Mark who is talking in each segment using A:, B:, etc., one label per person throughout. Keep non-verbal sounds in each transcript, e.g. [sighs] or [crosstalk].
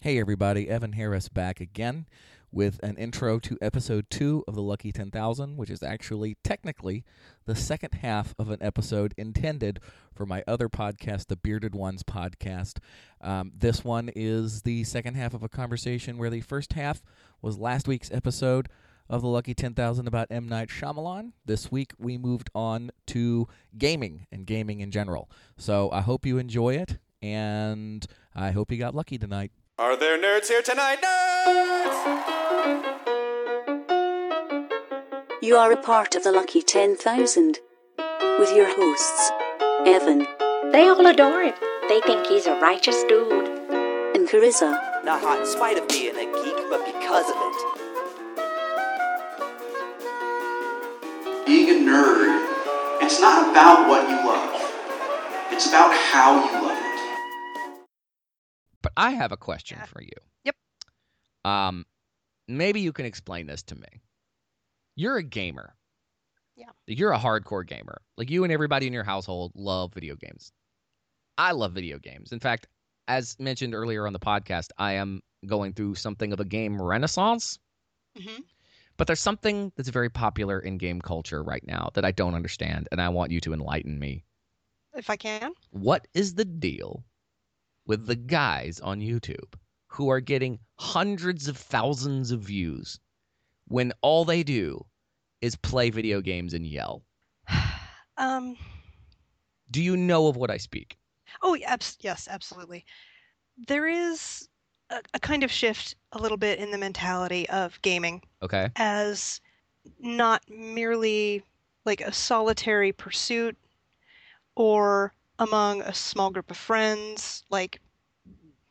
A: Hey, everybody, Evan Harris back again with an intro to episode two of the Lucky 10,000, which is actually technically the second half of an episode intended for my other podcast, the Bearded Ones podcast. Um, this one is the second half of a conversation where the first half was last week's episode of the Lucky 10,000 about M. Night Shyamalan. This week we moved on to gaming and gaming in general. So I hope you enjoy it, and I hope you got lucky tonight.
B: Are there nerds here tonight? Nerds!
C: You are a part of the lucky 10,000 with your hosts, Evan
D: They all adore him. They think he's a righteous dude.
C: and Carissa.
E: Not hot in spite of being a geek, but because of it.
F: being a nerd, it's not about what you love. It's about how you love it.
G: But I have a question
H: Yeah.
G: for you.
H: Yep.
G: Um, maybe you can explain this to me. You're a gamer.
H: Yeah.
G: You're a hardcore gamer. Like you and everybody in your household love video games. I love video games. In fact, as mentioned earlier on the podcast, I am going through something of a game renaissance.
H: Mhm.
G: But there's something that's very popular in game culture right now that I don't understand, and I want you to enlighten me.
H: If I can.
G: what is the deal with the guys on YouTube who are getting hundreds of thousands of views when all they do is play video games and yell?
H: Um.
G: Do you know of what I speak?
H: Oh, yeah, abs- yes, absolutely. There is a, a kind of shift a little bit in the mentality of gaming
G: Okay.
H: as not merely like a solitary pursuit or among a small group of friends, like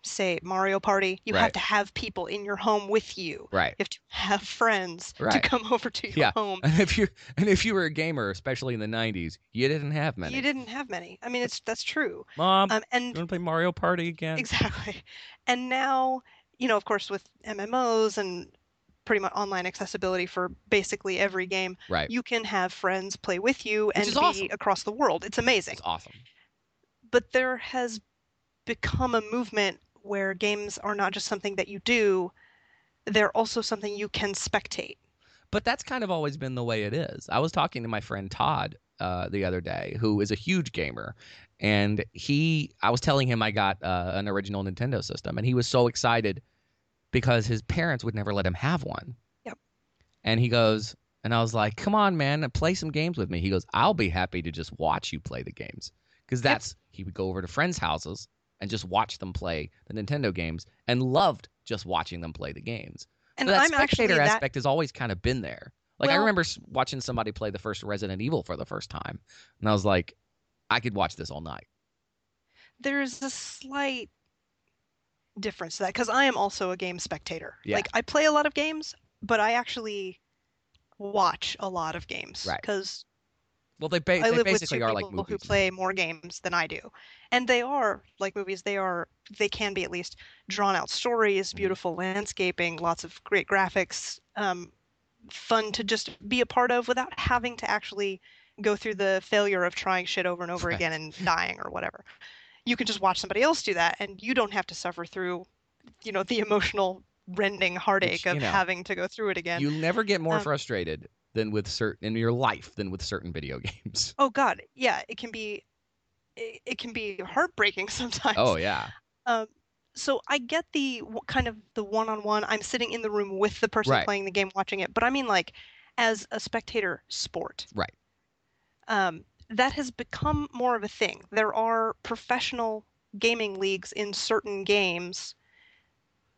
H: say Mario Party. You have
G: Right.
H: to have people in your home with you.
G: Right.
H: You have to have friends
G: Right.
H: to come [laughs] over to your
G: Yeah.
H: home.
G: And if you and if you were a gamer, especially in the '90s, you didn't have many.
H: You didn't have many. I mean, it's that's true.
G: Mom,
H: Um, and
G: you want to play Mario Party again?
H: Exactly. And now, you know, of course, with MMOs and pretty much online accessibility for basically every game,
G: Right.
H: you can have friends play with you and
G: is
H: be
G: awesome.
H: across the world. It's amazing.
G: It's awesome.
H: But there has become a movement where games are not just something that you do, they're also something you can spectate.
G: But that's kind of always been the way it is. I was talking to my friend Todd uh, the other day, who is a huge gamer, and he, I was telling him I got uh, an original Nintendo system, and he was so excited because his parents would never let him have one.
H: Yep.
G: And he goes, and I was like, "Come on, man, play some games with me." He goes, "I'll be happy to just watch you play the games," because that's he would go over to friends' houses and just watch them play the Nintendo games, and loved just watching them play the games.
H: And
G: So that
H: I'm actually
G: spectator
H: that
G: aspect has always kind of been there. Like I
H: Well-
G: remember s- watching somebody play the first Resident Evil for the first time, and I was like, I could watch this all night.
H: there's a slight difference to that because I am also a game spectator.
G: Yeah.
H: Like I play a lot of games, but I actually watch a lot of games
G: Right.
H: because
G: Well, they, ba-
H: I
G: they
H: live with two
G: basically
H: people
G: are like movies.
H: who play more games than I do, and they are like movies. They are they can be at least drawn out stories,
G: Mhm.
H: beautiful landscaping, lots of great graphics, um, fun to just be a part of without having to actually go through the failure of trying shit over and over
G: Right.
H: again and dying or whatever. You can just watch somebody else do that, and you don't have to suffer through, you know, the emotional rending heartache
G: you
H: of
G: know,
H: having to go through it again.
G: You never get more
H: Um,
G: frustrated than with certain in your life than with certain video [laughs]
H: [laughs]
G: games.
H: Oh God, yeah, it can be, it, it can be heartbreaking [laughs] sometimes.
G: Oh yeah,
H: Um, so I get the w- kind of the one-on-one. I'm sitting in the room with the person
G: Right.
H: playing the game, watching it. But I mean, like, as a spectator sport.
G: Right.
H: Um, that has become more of a thing. There are professional gaming leagues in certain games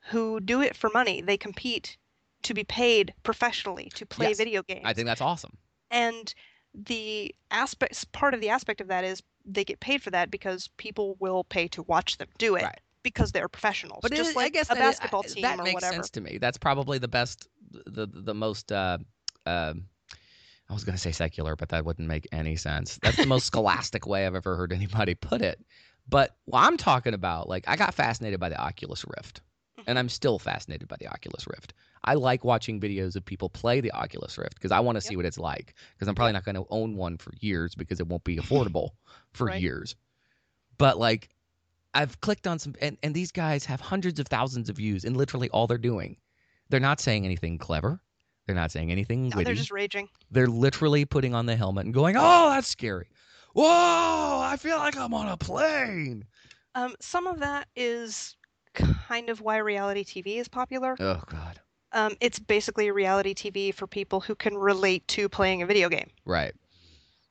H: who do it for money. They compete to be paid professionally to play
G: Yes.
H: video games
G: I think that's awesome.
H: and the aspects part of the aspect of that is they get paid for that because people will pay to watch them do it
G: Right.
H: because they're professionals
G: But
H: just
G: it-
H: like
G: I guess
H: a
G: that it- I-
H: basketball team
G: uh, that
H: or
G: makes
H: whatever
G: sense to me. That's probably the best, the the, the most. Uh, um I was going to say secular, but that wouldn't make any sense. That's the most scholastic way I've ever heard anybody put it. But what I'm talking about, like, I got fascinated by the Oculus Rift, and I'm still fascinated by the Oculus Rift. I like watching videos of people play the Oculus Rift because I want to see
H: Yep.
G: what it's like. Because I'm probably not going to
H: [laughs]
G: own one for years because it won't be affordable for
H: Right.
G: years. But like, I've clicked on some, and, and these guys have hundreds of thousands of views, and literally all they're doing, they're not saying anything clever. They're not saying anything
H: No,
G: witty.
H: they're just raging.
G: They're literally putting on the helmet and going, "Oh, that's scary! Whoa, I feel like I'm on a plane."
H: Um, some of that is kind of why reality TV is popular.
G: Oh God,
H: Um, it's basically reality TV for people who can relate to playing a video game.
G: right?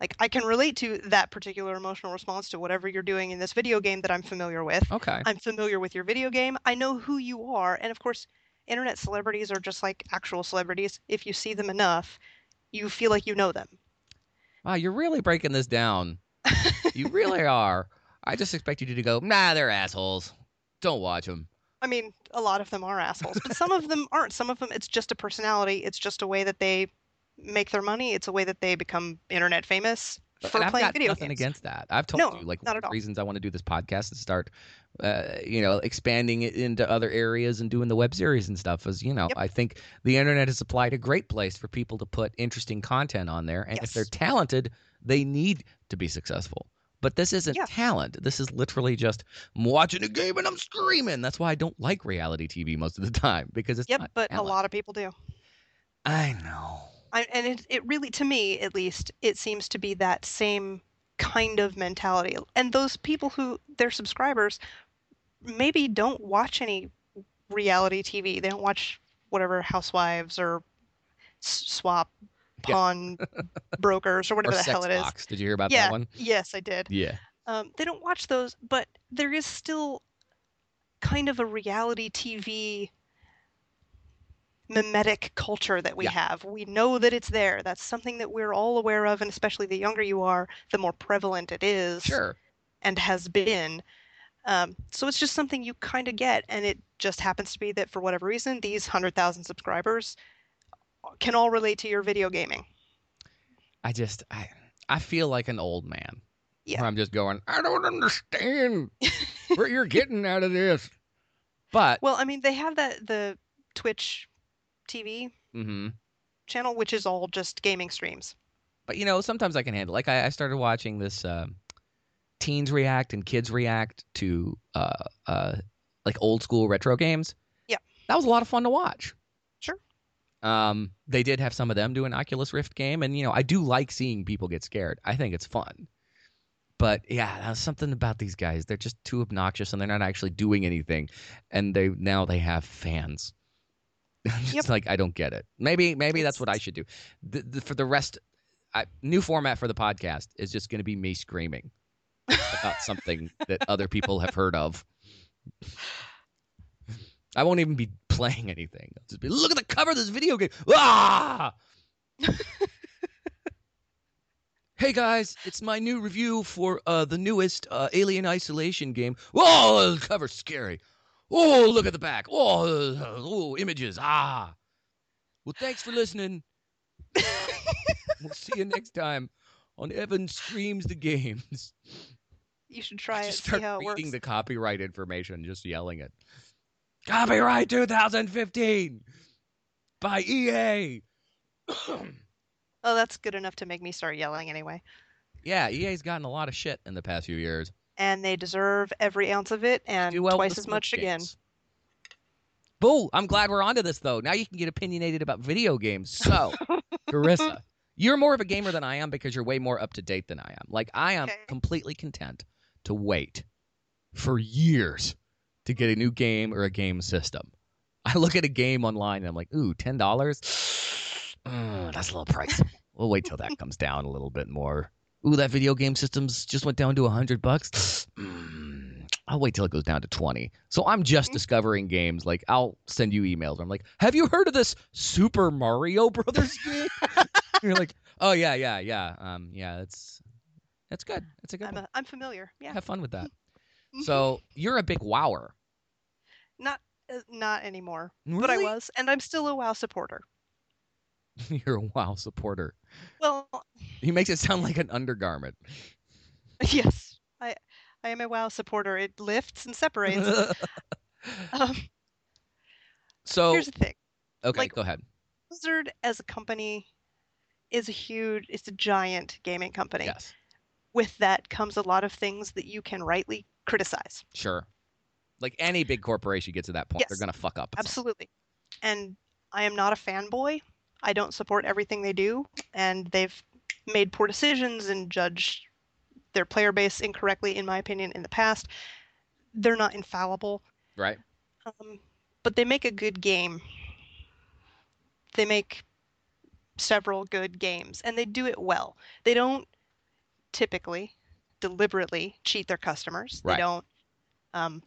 H: Like I can relate to that particular emotional response to whatever you're doing in this video game that I'm familiar with.
G: Okay,
H: I'm familiar with your video game. I know who you are. And of course, internet celebrities are just like actual celebrities. If you see them enough, you feel like you know them.
G: wow, you're really breaking this down. you
H: [laughs]
G: really are. I just expected you to go, "Nah, they're assholes. Don't watch them."
H: I mean, a lot of them are assholes, but some of them aren't. Some of them, it's just a personality. It's just a way that they make their money. It's a way that they become internet famous for
G: and I've
H: playing
G: got
H: video
G: nothing
H: games.
G: against that. I've told
H: No,
G: you like
H: not at all.
G: reasons I want to do this podcast and start, uh, you know, expanding it into other areas and doing the web series and stuff. Is you know,
H: Yep.
G: I think the internet has supplied a great place for people to put interesting content on there, and if
H: Yes.
G: they're talented, they need to be successful. But this isn't
H: Yeah.
G: talent. This is literally just I'm watching a game and I'm screaming. That's why I don't like reality TV most of the time because it's
H: Yep,
G: not
H: but
G: talent.
H: a lot of people do.
G: I know.
H: I, and it, it really, to me at least, it seems to be that same kind of mentality. And those people who, their subscribers, maybe don't watch any reality TV. They don't watch whatever Housewives or s- Swap,
G: Yeah. [laughs]
H: Pawn Brokers or
G: Or
H: whatever the hell
G: Sex
H: it is.
G: Box. Did you hear about
H: Yeah.
G: that one?
H: Yes, I did.
G: Yeah.
H: Um, they don't watch those, but there is still kind of a reality TV mimetic culture that we
G: Yeah.
H: have. We know that it's there. That's something that we're all aware of, and especially the younger you are, the more prevalent it is
G: Sure.
H: and has been. Um, so it's just something you kind of get, and it just happens to be that for whatever reason, these 100,000 subscribers can all relate to your video gaming.
G: I just I I feel like an old man.
H: Yeah.
G: Where I'm just going, I don't understand what you're getting out of this. But
H: Well, I mean, they have that the Twitch TV
G: hmm
H: channel, which is all just gaming streams. [laughs]
G: but you know, sometimes I can handle. Like I, I started watching this um, teens react and kids react to uh, uh, like old school retro games.
H: Yeah.
G: That was a lot of fun to watch.
H: Sure.
G: Um, they did have some of them do an Oculus Rift game, and you know, I do like seeing people get scared. I think it's fun. But yeah, that was something about these guys. They're just too obnoxious, and they're not actually doing anything. And they now they have fans. [laughs] It's
H: Yep.
G: like I don't get it. Maybe maybe that's what I should do. The, the, for the rest, I, new format for the podcast is just going to be me screaming about something that other people have heard of. I won't even be playing anything. I'll just be look at the cover of this video game. Ah! hey guys, it's my new review for uh, the newest uh, Alien Isolation game. Whoa, the cover's scary. Oh, look at the back. Oh, uh, oh, images. Ah. Well, thanks for listening. we'll see you next time on Evan Streams the Games. [laughs]
H: You should try it,
G: just
H: see
G: start
H: how it
G: reading
H: works.
G: the copyright information, just yelling it. Copyright 2015 by E EA.
H: Oh, that's good enough to make me start yelling anyway.
G: yeah, EA's gotten a lot of shit in the past few years.
H: And they deserve every ounce of it and
G: Do well with
H: twice
G: the
H: as much
G: Switch
H: again.
G: games. Boo! I'm glad we're onto this though. Now you can get opinionated about video games.
H: [laughs]
G: So, Carissa, you're more of a gamer than I am because you're way more up to date than I am. Like I am
H: Okay.
G: completely content to wait for years to get a new game or a game system. I look at a game online and I'm like, ooh, ten dollars. [sighs] that's a little pricey. we'll wait till that comes down a little bit more. Ooh, that video game systems just went down to a hundred bucks. [sighs] Mm, I'll wait till it goes down to twenty. So I'm
H: Mm-hmm.
G: just discovering games. Like I'll send you emails. I'm like, have you heard of this Super Mario
H: [laughs]
G: Brothers game? You're like, oh yeah, yeah, yeah. Um, yeah, that's that's good. That's a good
H: I'm,
G: one.
H: a, I'm familiar. Yeah.
G: Have fun with that.
H: Mhm.
G: So you're a big wower.
H: Not uh, not anymore. But I
G: Really?
H: was, and I'm still a WoW supporter.
G: [laughs] You're a WoW supporter.
H: Well, [laughs]
G: He makes it sound like an undergarment.
H: yes, I I am a WoW supporter. It lifts and separates.
G: [laughs]
H: [laughs] um,
G: so
H: here's the thing.
G: okay,
H: like-
G: go ahead.
H: Blizzard as a company is a huge, it's a giant gaming company.
G: Yes.
H: with that comes a lot of things that you can rightly criticize.
G: Sure. Like any big corporation gets to that point, they're
H: Yes.
G: going to fuck up.
H: Absolutely. And I am not a fanboy. I don't support everything they do, and they've made poor decisions and judged their player base incorrectly, in my opinion, in the past. They're not infallible,
G: Right?
H: um, but they make a good game. They make several good games, and they do it well. They don't typically deliberately cheat their customers.
G: Right.
H: They don't um,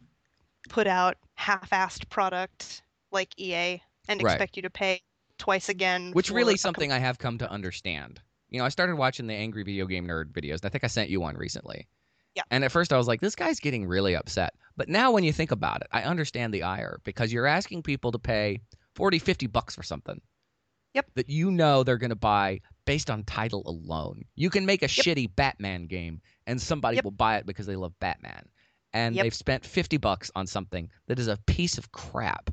H: put out half-assed product like EA and
G: Right.
H: expect you to pay twice again.
G: Which
H: for
G: really
H: a
G: is something I have come to understand. You know, I started watching the Angry Video Game Nerd videos, and I think I sent you one recently.
H: Yeah.
G: And at first I was like, this guy's getting really upset. But now when you think about it, I understand the ire because you're asking people to pay 40, 50 bucks for something.
H: Yep.
G: That you know they're going to buy based on title alone. You can make a shitty Batman game and somebody
H: Yep.
G: will buy it because they love Batman. And
H: Yep.
G: they've spent 50 bucks on something that is a piece of crap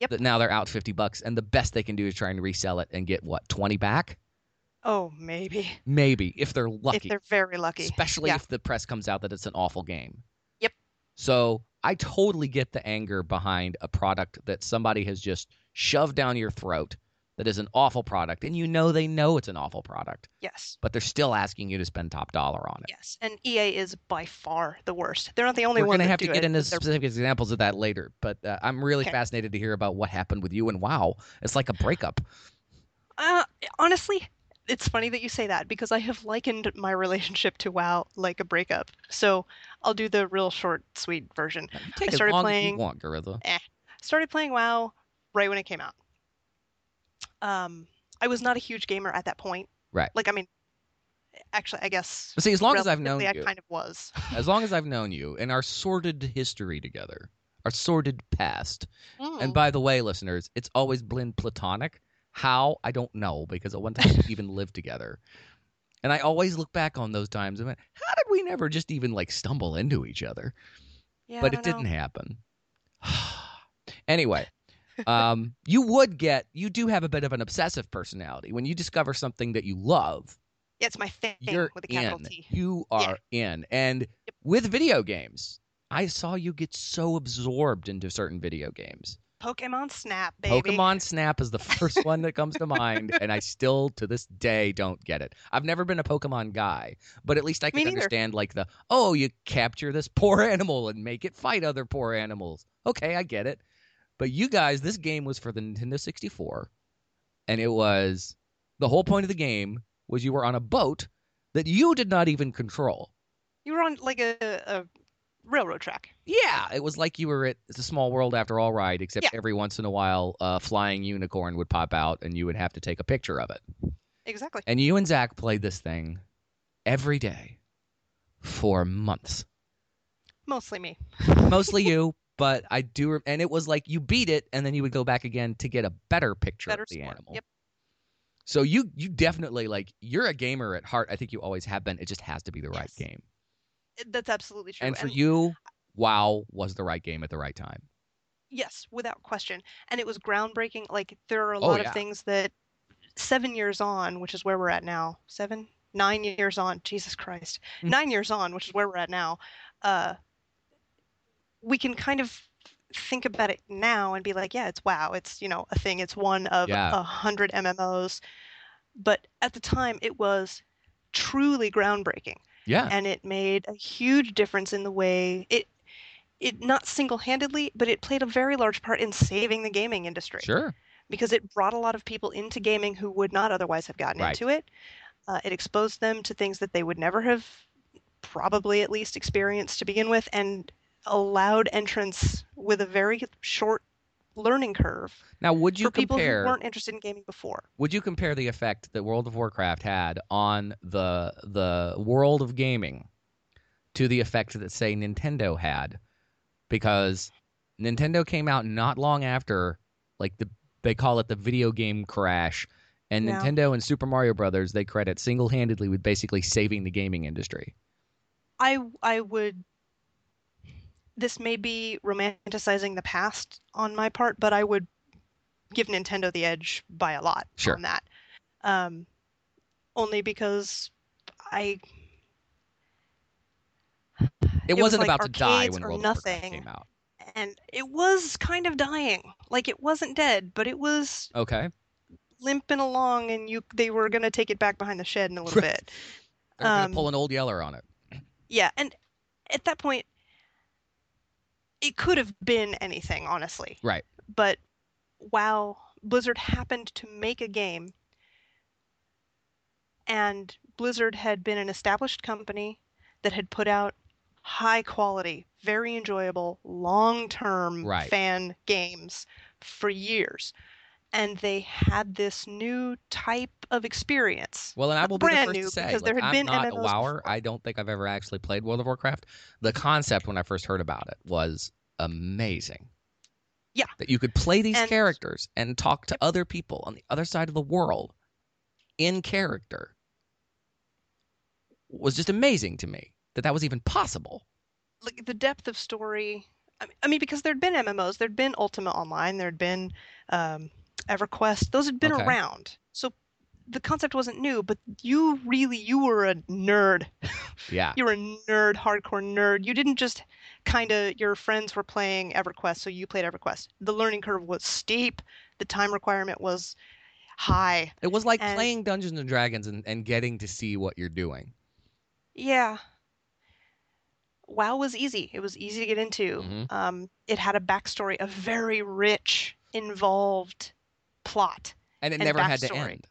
H: Yep.
G: that now they're out 50 bucks and the best they can do is try and resell it and get what 20 back
H: Oh, maybe
G: maybe if they're lucky
H: if they're very lucky.
G: especially
H: Yeah.
G: if the press comes out that it's an awful game
H: Yep.
G: so i totally get the anger behind a product that somebody has just shoved down your throat that is an awful product and you know they know it's an awful product
H: yes.
G: but they're still asking you to spend top dollar on it
H: Yes, and EA is by far the worst. They're not the only
G: we're
H: one
G: gonna
H: that
G: have
H: do
G: to get
H: it.
G: into
H: They're-
G: specific examples of that later but uh, i'm really
H: Okay.
G: fascinated to hear about what happened with you and wow it's like a breakup
H: Uh, honestly, it's funny that you say that because I have likened my relationship to WoW like a breakup. So I'll do the real short, sweet version.
G: Now, you take as
H: started
G: long as you
H: playing-
G: want gorilla
H: started playing WoW right when it came out. Um, I was not a huge gamer at that point.
G: Right.
H: Like, I mean, actually, I guess.
G: But see, as long as I've known
H: relatively, I
G: you,
H: kind of was.
G: as long as I've known you, and our sordid history together, our sordid past,
H: Hmm,
G: and by the way, listeners, it's always been platonic. How I don't know because at one time we even lived together, and I always look back on those times and went, "How did we never just even like stumble into each other?"
H: yeah,
G: but
H: I
G: it
H: don't know.
G: didn't happen. [sighs] anyway, um, you would get you do have a bit of an obsessive personality when you discover something that you love
H: Yeah, it's my thing
G: you're
H: with a capital
G: in.
H: T. [laughs]
G: You are in. And with video games, I saw you get so absorbed into certain video games.
H: Pokemon Snap, baby.
G: Pokemon Snap is the first one that comes to mind, and I still to this day don't get it. I've never been a Pokemon guy, but at least I
H: Me
G: can
H: neither.
G: understand like the oh, you capture this poor animal and make it fight other poor animals. Okay, I get it. But you guys, this game was for the Nintendo 64, and it was the whole point of the game was you were on a boat that you did not even control.
H: You were on like a, a railroad track.
G: Yeah, it was like you were at It's a Small World After All ride, except
H: Yeah.
G: every once in a while, a flying unicorn would pop out and you would have to take a picture of it.
H: Exactly.
G: And you and Zach played this thing every day for months.
H: Mostly me. [laughs]
G: Mostly you, but I do. Re- and it was like you beat it and then you would go back again to get a better picture
H: Better
G: of the
H: sport.
G: animal.
H: Yep.
G: So you you definitely like you're a gamer at heart. I think you always have been. It just has to be the right
H: Yes.
G: game.
H: That's absolutely true.
G: And for you, WoW was the right game at the right time.
H: Yes, without question. And it was groundbreaking. Like there are a
G: Oh,
H: lot
G: yeah.
H: of things that seven years on, which is where we're at now. Seven, nine years on. Jesus Christ,
G: Mm.
H: nine years on, which is where we're at now. Uh, we can kind of think about it now and be like, yeah, it's wow, it's you know a thing. It's one of a
G: Yeah.
H: hundred MMOs, but at the time it was truly groundbreaking
G: Yeah.
H: and it made a huge difference in the way it it not single-handedly but it played a very large part in saving the gaming industry
G: Sure.
H: because it brought a lot of people into gaming who would not otherwise have gotten
G: Right.
H: into it uh, it exposed them to things that they would never have probably at least experienced to begin with and allowed entrance with a very short learning curve
G: Now, would you
H: for people
G: compare?
H: who weren't interested in gaming before
G: Would you compare the effect that World of Warcraft had on the the world of gaming to the effect that say Nintendo had? Because Nintendo came out not long after, like the they call it the video game crash, and
H: Yeah.
G: Nintendo and Super Mario Brothers they credit single handedly with basically saving the gaming industry.
H: I I would this may be romanticizing the past on my part, but I would give Nintendo the edge by a lot
G: Sure.
H: on that. Um, only because I
G: It,
H: was
G: wasn't
H: like
G: about to die
H: arcades
G: when
H: or
G: World of
H: nothing.
G: Warcraft came out.
H: and it was kind of dying. Like it wasn't dead, but it was
G: Okay.
H: limping along, and you they were gonna take it back behind the shed in a little bit.
G: They're going
H: Um,
G: to pull an old yeller on it.
H: Yeah, and at that point, it could have been anything, honestly.
G: Right.
H: But wow, Blizzard happened to make a game, and Blizzard had been an established company that had put out high quality, very enjoyable, long term
G: Right.
H: fan games for years. And they had this new type of experience.
G: Well, and I will be
H: brand
G: the first
H: new,
G: to say,
H: because there
G: like,
H: had
G: I'm
H: been
G: not a
H: MMOs
G: WoWer.
H: before.
G: I don't think I've ever actually played World of Warcraft. The concept when I first heard about it was amazing.
H: Yeah.
G: That you could play these
H: And-
G: characters and talk to other people on the other side of the world in character was just amazing to me that that was even possible.
H: like the depth of story. I mean- I mean, because there'd been MMOs, there'd been Ultima Online, there'd been um, EverQuest. Those had been
G: Okay.
H: around, so the concept wasn't new. But you really, you were a nerd.
G: Yeah.
H: You were a nerd, hardcore nerd. You didn't just kind of your friends were playing EverQuest, so you played EverQuest. The learning curve was steep. The time requirement was high.
G: It was like
H: And-
G: playing Dungeons and Dragons and, and getting to see what you're doing.
H: Yeah. WoW was easy. It was easy to get into.
G: Mhm.
H: Um, it had a backstory, a very rich, involved plot,
G: And it
H: And
G: never had to
H: backstory.
G: end.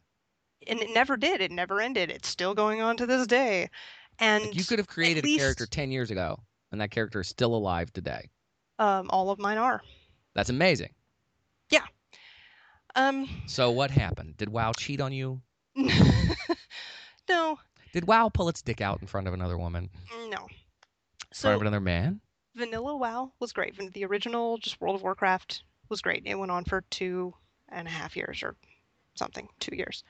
H: and it never did. It never ended. It's still going on to this day. And
G: Like, you could have created a character
H: least-
G: 10 years ago, and that character is still alive today.
H: um, all of mine are.
G: That's amazing.
H: Um, [laughs]
G: So what happened? Did WoW cheat on you?
H: no,
G: Did WoW pull its dick out in front of another woman, in
H: no.
G: front
H: So
G: of another man?
H: vanilla WoW was great. Van- The original, just World of Warcraft, was great. It went on for two and a half years or something, two years.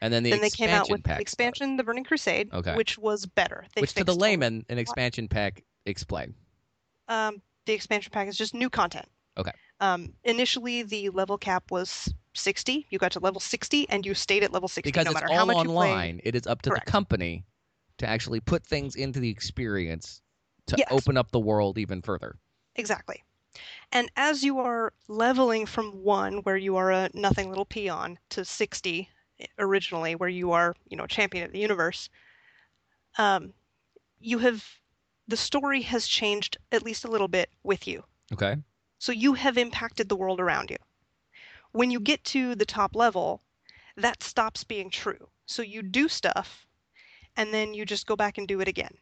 G: And then the
H: then they came out
G: expansion
H: with
G: pack
H: the expansion, The Burning Crusade,
G: Okay.
H: which was better.
G: started,
H: They
G: which to the
H: fixed a-
G: layman, an expansion pack explain.
H: um, the expansion pack is just new content.
G: Okay.
H: Um, initially, the level cap was 60. You got to level 60, and you stayed at level 60
G: Because
H: no
G: it's
H: matter how
G: all
H: much
G: online, it is up to
H: Correct.
G: the company to actually put things into the experience to
H: Yes.
G: open up the world even further.
H: you play. Exactly. And as you are leveling from one, where you are a nothing little peon, to 60 originally, where you are, you know, champion of the universe, um, you have the story has changed at least a little bit with you.
G: Okay.
H: So you have impacted the world around you. When you get to the top level, that stops being true. So you do stuff and then you just go back and do it again.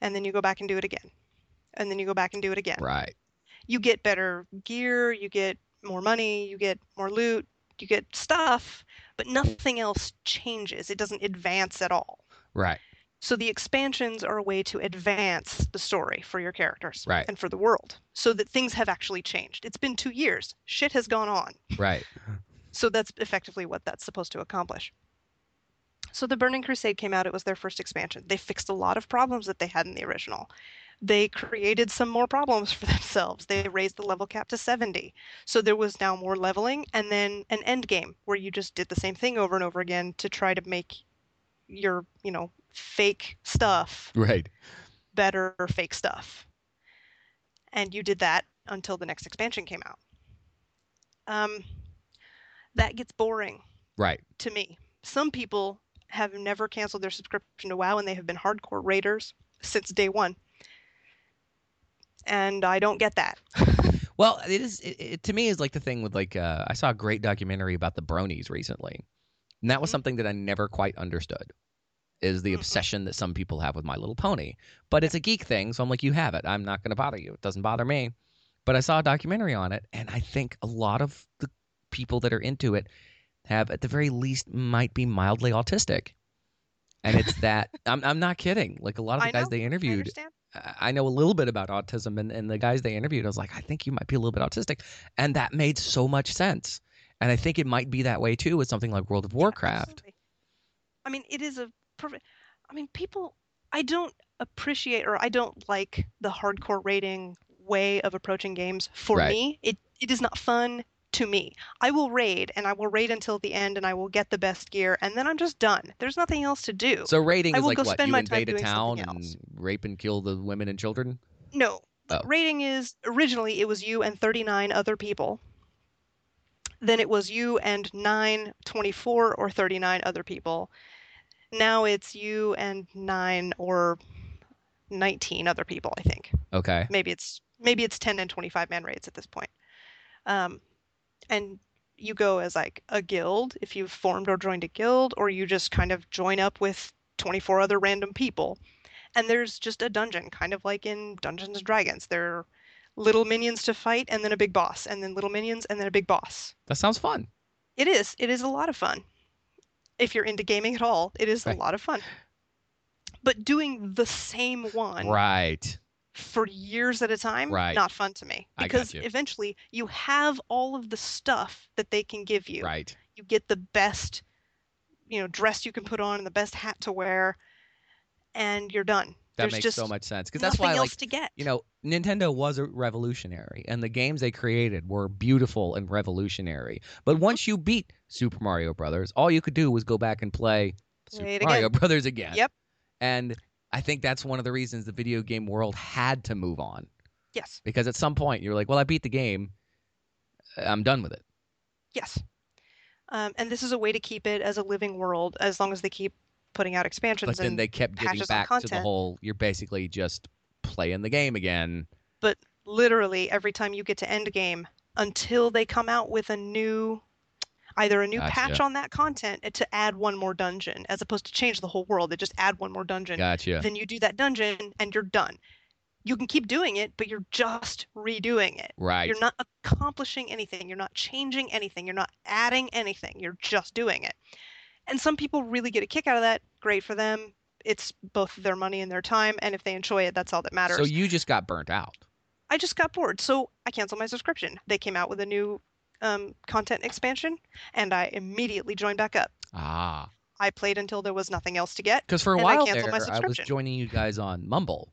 H: And then you go back and do it again. And then you go back and do it again.
G: Right.
H: You get better gear, you get more money, you get more loot, you get stuff, but nothing else changes. It doesn't advance at all.
G: Right.
H: So the expansions are a way to advance the story for your characters
G: Right.
H: and for the world so that things have actually changed. It's been two years. Shit has gone on.
G: Right.
H: So that's effectively what that's supposed to accomplish. So the Burning Crusade came out. It was their first expansion. They fixed a lot of problems that they had in the original. They created some more problems [laughs] for themselves. They raised the level cap to 70. So there was now more leveling and then an end game where you just did the same thing over and over again to try to make your, you know, fake stuff
G: Right.
H: better fake stuff. And you did that until the next expansion came out. Um, that gets boring
G: Right.
H: to me. Some people have never canceled their subscription to WoW and they have been hardcore raiders since day one. And I don't get that.
G: Well, it is it, it, to me is like the thing with like uh, I saw a great documentary about the bronies recently, and that was
H: Mhm.
G: something that I never quite understood, is the
H: Mhm.
G: obsession that some people have with My Little Pony. But it's a geek thing, so I'm like, you have it. I'm not going to bother you. It doesn't bother me. But I saw a documentary on it, and I think a lot of the people that are into it have, at the very least, might be mildly autistic. And it's
H: [laughs]
G: that I'm I'm not kidding. Like a lot of the
H: I
G: guys
H: know,
G: they
H: I
G: interviewed
H: understand.
G: I I know a little bit about autism, and, and the guys they interviewed, I was like, I think you might be a little bit autistic. And that made so much sense. And I think it might be that way too with something like World of Warcraft.
H: Absolutely. I mean, it is a perfect. I mean, people. I don't appreciate or I don't like the hardcore rating way of approaching games. For
G: Right.
H: me, it it is not fun. to me. I will raid and I will raid until the end and I will get the best gear and then I'm just done. There's nothing else to do.
G: So raiding
H: I
G: is
H: will
G: like
H: go
G: what
H: spend
G: you
H: my time
G: invade a
H: doing
G: town
H: something
G: and
H: else.
G: rape and kill the women and children.
H: No.
G: Oh.
H: Raiding is originally it was you and 39 other people. Then it was you and 9, 24 or 39 other people. Now it's you and 9 or 19 other people, I think.
G: Okay.
H: Maybe it's maybe it's 10 and 25 man raids at this point. Um, and you go as like a guild if you've formed or joined a guild or you just kind of join up with 24 other random people and there's just a dungeon, kind of like in Dungeons and Dragons. There are little minions to fight, and then a big boss, and then little minions, and then a big boss.
G: That sounds fun.
H: It is. It is a lot of fun. If you're into gaming at all, it is
G: Right.
H: a lot of fun. But doing the same one
G: Right.
H: for years at a time,
G: Right.
H: not fun to me.
G: I got
H: Because
G: you.
H: eventually you have all of the stuff that they can give you
G: Right.
H: you get the best you know dress you can put on and the best hat to wear and you're done
G: That
H: There's
G: makes
H: just
G: so much sense because that's
H: nothing
G: why,
H: else
G: like,
H: to get
G: you know, Nintendo was a revolutionary, and the games they created were beautiful and revolutionary.
H: Mm-hmm.
G: But once you beat Super Mario Brothers, all you could do was go back and play Super
H: Play it
G: Mario [laughs] Brothers again.
H: Yep.
G: And I think that's one of the reasons the video game world had to move on
H: yes
G: because at some point you're like, well, I beat the game, I'm done with it.
H: yes um, and this is a way to keep it as a living world as long as they keep putting out expansions
G: But then
H: and
G: they kept getting
H: patches on
G: back to the
H: content.
G: whole you're basically just playing the game again.
H: literally every time you get to end game until they come out with a new either a new
G: Gotcha.
H: patch on that content eh, to add one more dungeon as opposed to change the whole world they just add one more dungeon
G: Gotcha.
H: then you do that dungeon and you're done. You can keep doing it, but you're just redoing it.
G: Right.
H: You're not accomplishing anything. You're not changing anything. You're not adding anything. You're just doing it. And some people really get a kick out of that. Great for them. It's both their money and their time. And if they enjoy it, that's all that matters.
G: So you just got burnt out.
H: I just got bored, so I canceled my subscription. They came out with a new um, content expansion, and I immediately joined back up.
G: Ah.
H: I played until there was nothing else to get.
G: Because for a
H: And I
G: while
H: canceled
G: there,
H: my
G: I was
H: subscription.
G: joining you guys on Mumble.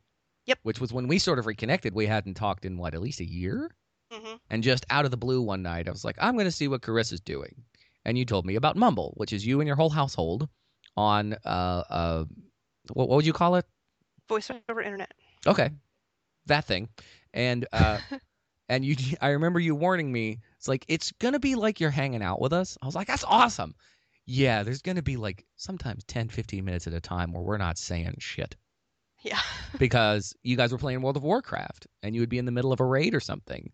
H: Yep.
G: Which was when we sort of reconnected. We hadn't talked in, what, at least a year?
H: hmm
G: And just out of the blue one night, I was like, I'm going to see what Carissa's doing. And you told me about Mumble, which is you and your whole household on, uh, uh, what, what would you call it?
H: Voice over internet.
G: Okay. That thing. And,
H: [laughs]
G: uh, and you, [laughs] I remember you warning me, it's like, it's going to be like you're hanging out with us. I was like, that's awesome. Yeah, there's going to be like sometimes 10, 15 minutes at a time where we're not saying shit.
H: Yeah. [laughs]
G: because you guys were playing World of Warcraft and you would be in the middle of a raid or something.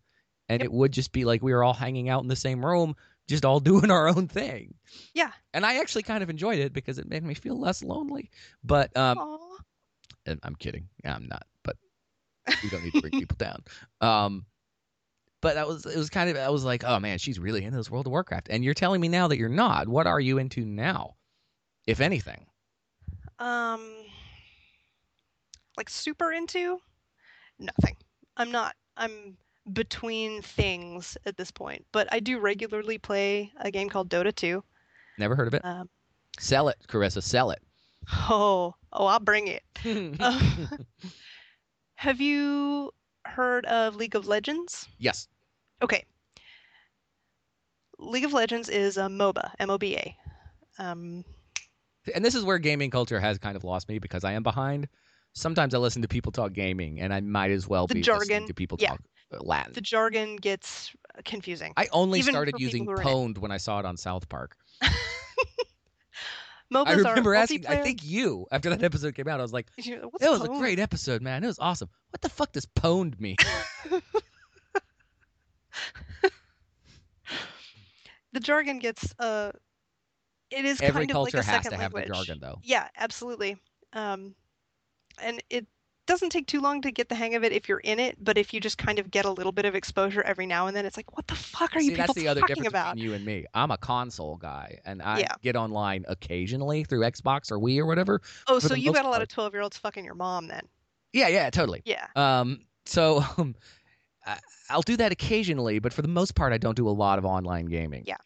G: And
H: Yep.
G: it would just be like we were all hanging out in the same room, just all [laughs] doing our own thing.
H: Yeah.
G: And I actually kind of enjoyed it because it made me feel less lonely. But um,
H: Aw.
G: and I'm kidding. I'm not. But we don't need to bring people down. Um, but that was it was kind of I was like, oh man, she's really into this World of Warcraft. And you're telling me now that you're not. What are you into now, if anything?
H: Um, like super into nothing. I'm not. I'm between things at this point, but I do regularly play a game called Dota 2.
G: Never heard of it.
H: Um,
G: Sell it, Carissa. Sell it.
H: oh, oh, I'll
G: [laughs]
H: bring it. [laughs] Um, Have you heard of League of Legends?
G: yes.
H: Okay. League of Legends is a MOBA, M-O-B-A. Um,
G: and this is where gaming culture has kind of lost me because I am behind. Sometimes I listen to people talk gaming, and I might as well
H: The
G: be listening
H: jargon,
G: to people
H: yeah.
G: talk uh, Latin.
H: the jargon gets confusing.
G: I only
H: even
G: started
H: for people
G: using
H: who are in it.
G: pwned when I saw it on South Park.
H: MOBAs
G: I
H: are
G: remember asking, I
H: multiplayer- [laughs]
G: think you after that episode came out. I was like,
H: What's
G: "That was a
H: Pwn?
G: great episode, man. It was awesome." What the fuck does pwned mean?
H: the jargon gets uh it is
G: Every
H: kind of like
G: culture
H: a
G: has
H: second
G: to have
H: language.
G: the jargon, though.
H: Yeah, absolutely. Um and it doesn't take too long to get the hang of it if you're in it, but if you just kind of get a little bit of exposure every now and then, it's like, what the fuck are
G: See,
H: you people
G: that's the other
H: talking
G: difference
H: about?
G: between you and me. I'm a console guy, and I
H: Yeah.
G: get online occasionally through Xbox or Wii or whatever.
H: oh,
G: for
H: so
G: the
H: you
G: most
H: got a lot
G: part.
H: of twelve year olds fucking your mom then.
G: Yeah, yeah, totally.
H: Yeah.
G: Um, so [laughs] um, I, I'll do that occasionally, but for the most part, I don't do a lot of online gaming.
H: Yeah.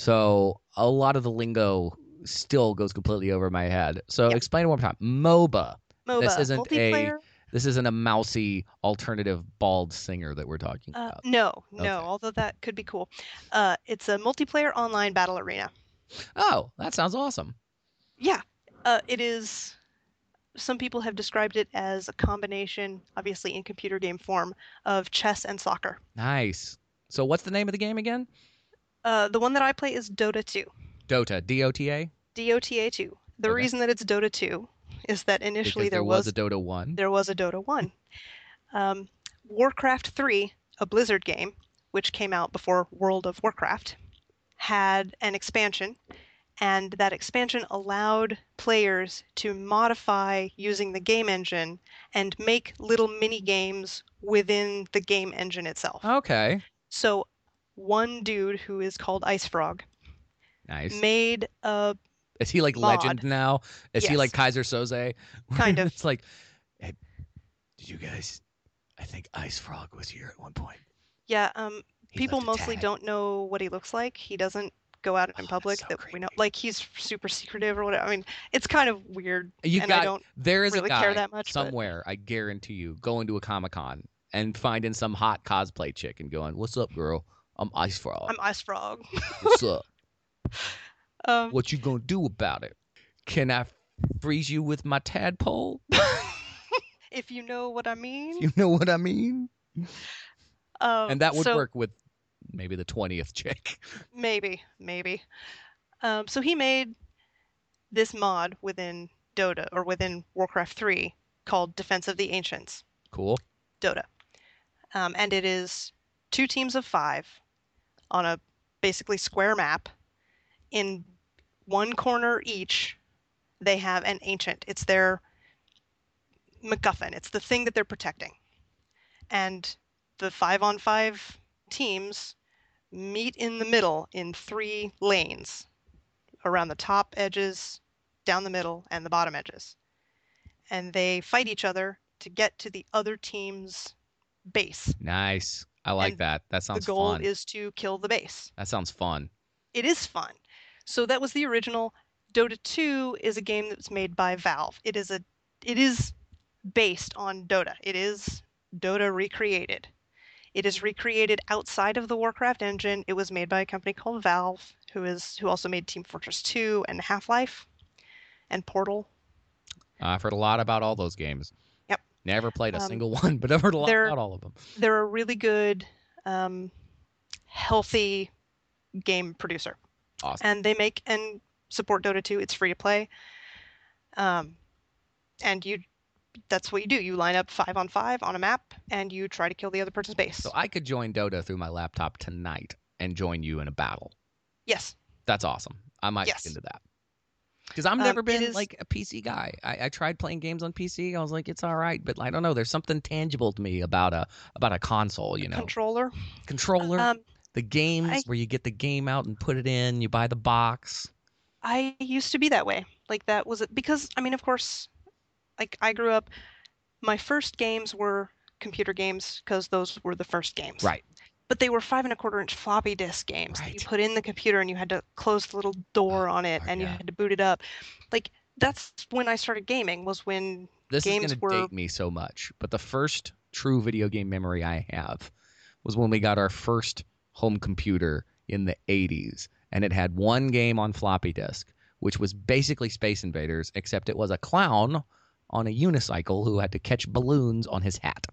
G: So a lot of the lingo still goes completely over my head. So
H: Yeah.
G: explain it one more time. MOBA.
H: MOBA
G: isn't a-
H: multiplayer
G: This isn't a mousy alternative bald singer that we're talking
H: Uh,
G: about.
H: no, no.
G: Okay.
H: Although that could be cool. Uh, it's a multiplayer online battle arena.
G: Oh, that sounds awesome.
H: Yeah, uh, it is. Some people have described it as a combination, obviously in computer game form, of chess and soccer.
G: Nice. So what's the name of the game again?
H: Uh, the one that I play is Dota 2,
G: Dota. D O T A.
H: DOTA 2. The
G: Okay.
H: reason that it's Dota 2 is that initially
G: Because
H: there,
G: there was
H: was,
G: a Dota one.
H: there was a Dota 1. Um, Warcraft 3, a Blizzard game, which came out before World of Warcraft, had an expansion, and that expansion allowed players to modify using the game engine and make little mini games within the game engine itself.
G: Oh. Okay.
H: So, one dude who is called Ice Frog
G: Nice.
H: made a
G: Is he like
H: Mod.
G: legend now? Is he
H: Yes.
G: like Kaiser Soze? [laughs]
H: Kind of.
G: it's like, hey, did you guys? I think Ice Frog was here at one point.
H: yeah. Um,
G: He
H: people
G: left a
H: mostly
G: tag.
H: don't know what he looks like. He doesn't go out
G: Oh,
H: in
G: that's
H: public
G: so
H: that we know.
G: creepy.
H: Like he's super secretive or whatever. I mean, it's kind of weird.
G: You
H: and
G: got
H: I don't.
G: there is
H: really
G: a guy
H: care that much, but-
G: somewhere. I guarantee you, going to a comic con and finding some hot cosplay chick and going, "What's up, girl? I'm Ice Frog.
H: I'm Ice Frog.
G: What's
H: [laughs]
G: up?
H: Um,
G: What you gonna do about it? Can I freeze you with my tadpole?
H: [laughs] if you know what I mean.
G: You know what I mean?
H: Um,
G: And that would
H: so
G: work with maybe the twentieth chick. [laughs]
H: Maybe, maybe. Um, so he made this mod within Dota or within Warcraft 3 called Defense of the Ancients.
G: Cool.
H: Dota. Um, and it is two teams of five on a basically square map. In one corner each, they have an ancient. It's their MacGuffin, it's the thing that they're protecting. And the five on five teams meet in the middle in three lanes around the top edges, down the middle, and the bottom edges and they fight each other to get to the other team's base.
G: Nice. I like
H: And
G: that. That sounds
H: the goal
G: fun.
H: is to kill the base.
G: That sounds fun.
H: It is fun. So that was the original. Dota 2 is a game that was made by Valve. It is a it is based on Dota. It is Dota recreated. It is recreated outside of the Warcraft engine. It was made by a company called Valve, who is who also made Team Fortress 2 and Half-Life and Portal.
G: I've heard a lot about all those games.
H: Yep.
G: Never played a
H: Um,
G: single [laughs] one, but I've heard a lot
H: they're-
G: about all of them.
H: they're a really good, um, healthy game producer,
G: Awesome.
H: and they make and support Dota 2. It's free to play, um, and you that's what you do. You line up five on five on a map, and you try to kill the other person's base.
G: So I could join Dota through my laptop tonight and join you in a battle.
H: yes,
G: That's awesome. I might
H: Yes.
G: get into that. Because I've
H: Um,
G: never
H: it
G: been
H: is-
G: like a PC guy. I, I tried playing games on PC. I was like, it's all right, but I don't know. There's something tangible to me about a about a console. You know,
H: controller.
G: controller,
H: Um,
G: the games
H: I-
G: where you get the game out and put it in. You buy the box.
H: I used to be that way. Like that was because I mean, of course, like I grew up. My first games were computer games because those were the first games.
G: Right.
H: But they were five and a quarter inch floppy disk games that you
G: Right.
H: put in the computer and you had to close the little door on it
G: oh,
H: and you
G: yeah.
H: had to boot it up. Like that's when I started gaming. Was when
G: this
H: games
G: is going to
H: were-
G: date me so much, but the first true video game memory I have was when we got our first home computer in the 80s, and it had one game on floppy disk, which was basically Space Invaders, except it was a clown on a unicycle who had to catch balloons on his hat.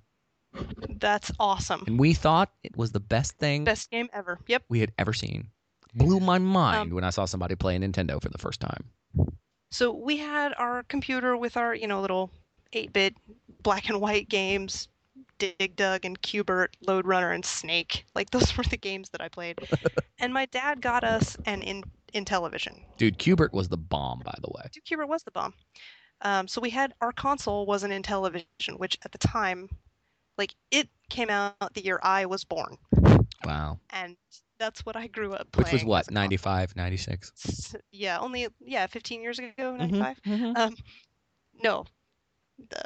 H: that's awesome.
G: And we thought it was the best thing
H: Best game ever. Yep.
G: we had ever seen. Blew my
H: Um,
G: mind when I saw somebody play a Nintendo for the first time.
H: So we had our computer with our, you know, little 8-bit black and white games, Dig Dug and Cubert, Load Runner and Snake. Like those [laughs] were the games that
G: [laughs]
H: I played. and my dad got us an in in television.
G: Dude, Cubert was the bomb, by the way.
H: Cubert was the bomb. Um, so we had our console was an Intellivision, which at the time, like it came out the year I was born,
G: Wow.
H: and that's what I grew up playing.
G: Which was
H: as
G: what,
H: a console.
G: 95, 96?
H: S- yeah, only yeah, 15 years ago, 95.
G: Mhm.
H: Um, no, the,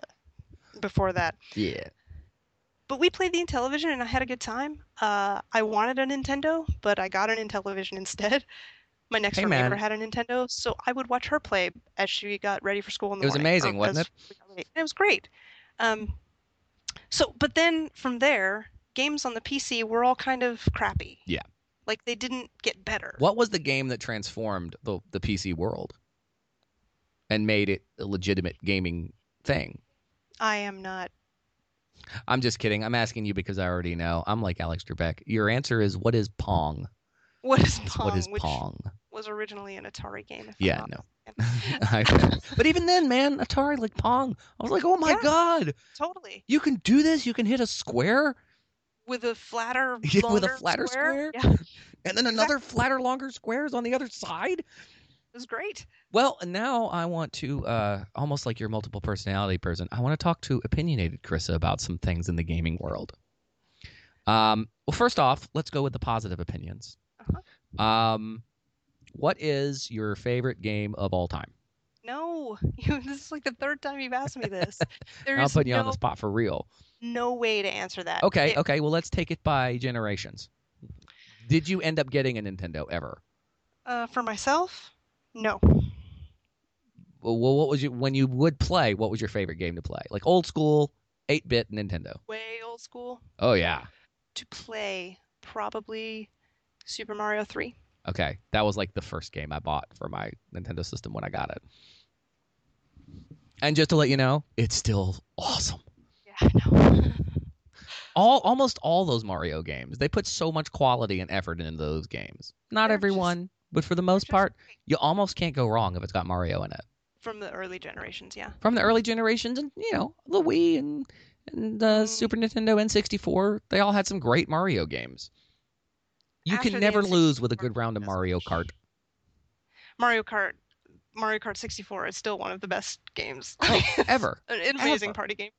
H: before that.
G: Yeah.
H: But we played the Intellivision, and I had a good time. Uh, I wanted a Nintendo, but I got an Intellivision [laughs] instead. My next
G: Hey,
H: door neighbor
G: man.
H: had a Nintendo, so I would watch her play as she got ready for school in the
G: It was
H: morning, or
G: amazing, wasn't
H: as we got ready. It was great. Um, So, but then from there, games on the PC were all kind of crappy.
G: Yeah.
H: Like they didn't get better.
G: What was the game that transformed the the PC world and made it a legitimate gaming thing?
H: I am not. [laughs]
G: I'm just kidding. I'm asking you because I already know. I'm like Alex Trebek. Your answer is what is Pong? [laughs]
H: What is Pong?
G: what is
H: which
G: Pong?
H: was originally an Atari game. If
G: Yeah,
H: I'm not
G: no.
H: mistaken.
G: [laughs]
H: [laughs]
G: I- but even then, man, Atari like Pong. I was like, oh my
H: Yeah.
G: god,
H: totally.
G: you can do this. You can hit a square
H: With a flatter,
G: [laughs] Yeah, with a
H: longer
G: flatter square?
H: Yeah, it
G: [laughs] and then another flatter, longer squares on the other side.
H: was great.
G: Well, and now I want to, uh, almost like your multiple personality person, I want to talk to opinionated Carissa about some things in the gaming world. Um, well, first off, let's go with the positive opinions. Um, what is your favorite game of all time?
H: No, [laughs] you, this is like the third time you've asked me
G: [laughs]
H: this. There
G: I'm
H: is
G: putting you
H: no,
G: on the spot for real.
H: no way to answer that.
G: Okay,
H: It-
G: okay. Well, let's take it by generations. Did you end up getting a Nintendo ever?
H: Uh, for myself, no.
G: Well, what was you when you would play? What was your favorite game to play? Like old school, eight bit Nintendo.
H: Way old school
G: Oh yeah.
H: to play. Probably Super Mario 3.
G: Okay, that was like the first game I bought for my Nintendo system when I got it. And just to let you know, it's still awesome.
H: Yeah, I know. [laughs]
G: All almost all those Mario games, they put so much quality and effort into those games. Not
H: They're just-
G: everyone, but for the most
H: just
G: part,
H: great.
G: you almost can't go wrong if it's got Mario in it.
H: From the early generations, yeah.
G: From the early generations, and you know the Wii and and the
H: Mm.
G: Super Nintendo N64, they all had some great Mario games. You
H: After
G: can
H: the
G: never lose with a
H: N64
G: good round of
H: doesn't
G: Mario Kart.
H: Mario Kart, Mario Kart 64 is still one of the best games [laughs]
G: Oh, ever.
H: An amazing
G: Ever.
H: party game.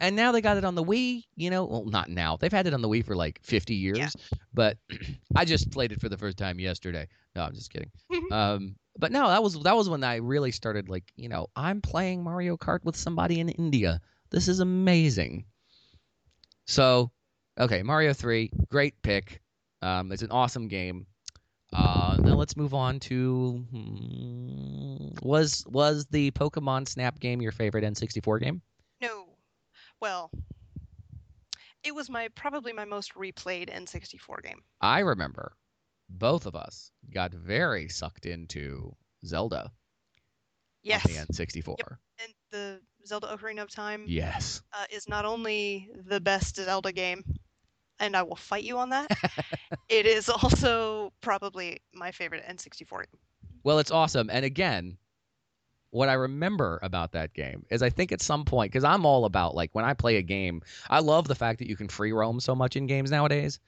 G: And now they got it on the Wii, you know, well, not now. They've had it on the Wii for like 50 years, but [clears throat] I just played it for the first time yesterday. No, I'm just kidding. um, but no, that was that was when I really started like, you know, I'm playing Mario Kart with somebody in India. This is amazing. So, okay, Mario 3, great pick. Um, it's an awesome game. Uh, now let's move on to hmm, was was the Pokemon Snap game your favorite N64 game?
H: No. Well, it was my probably my most replayed N64 game.
G: I remember both of us got very sucked into Zelda
H: Yes.
G: on the N64.
H: And the Zelda Ocarina of Time
G: Yes.
H: uh, is not only the best Zelda game, and I will fight you
G: [laughs]
H: on that, it is also probably my favorite N64 game.
G: Well, it's awesome. And again, what I remember about that game is I think at some point, because I'm all about like when I play a game, I love the fact that you can free roam so much in games nowadays,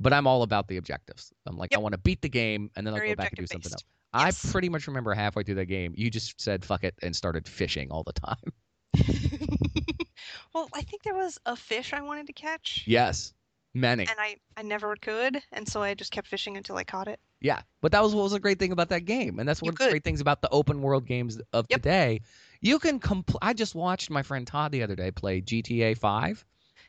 G: but I'm all about the objectives. I'm like, I
H: Yep.
G: want to beat the game and then I'll
H: Very
G: go back and do something else.
H: objective-based.
G: I
H: Yes.
G: pretty much remember halfway through the game, you just said fuck it and started fishing all the time. [laughs]
H: [laughs] well, I think there was a fish I wanted to catch,
G: yes. Many.
H: and I, I never could, and so I just kept fishing until I caught it.
G: Yeah, but that was what was a great thing about that game, and that's
H: You
G: one of the
H: could.
G: great things about the open world games of
H: Yep.
G: today. You can compl- I just watched my friend Todd the other day play GTA Five.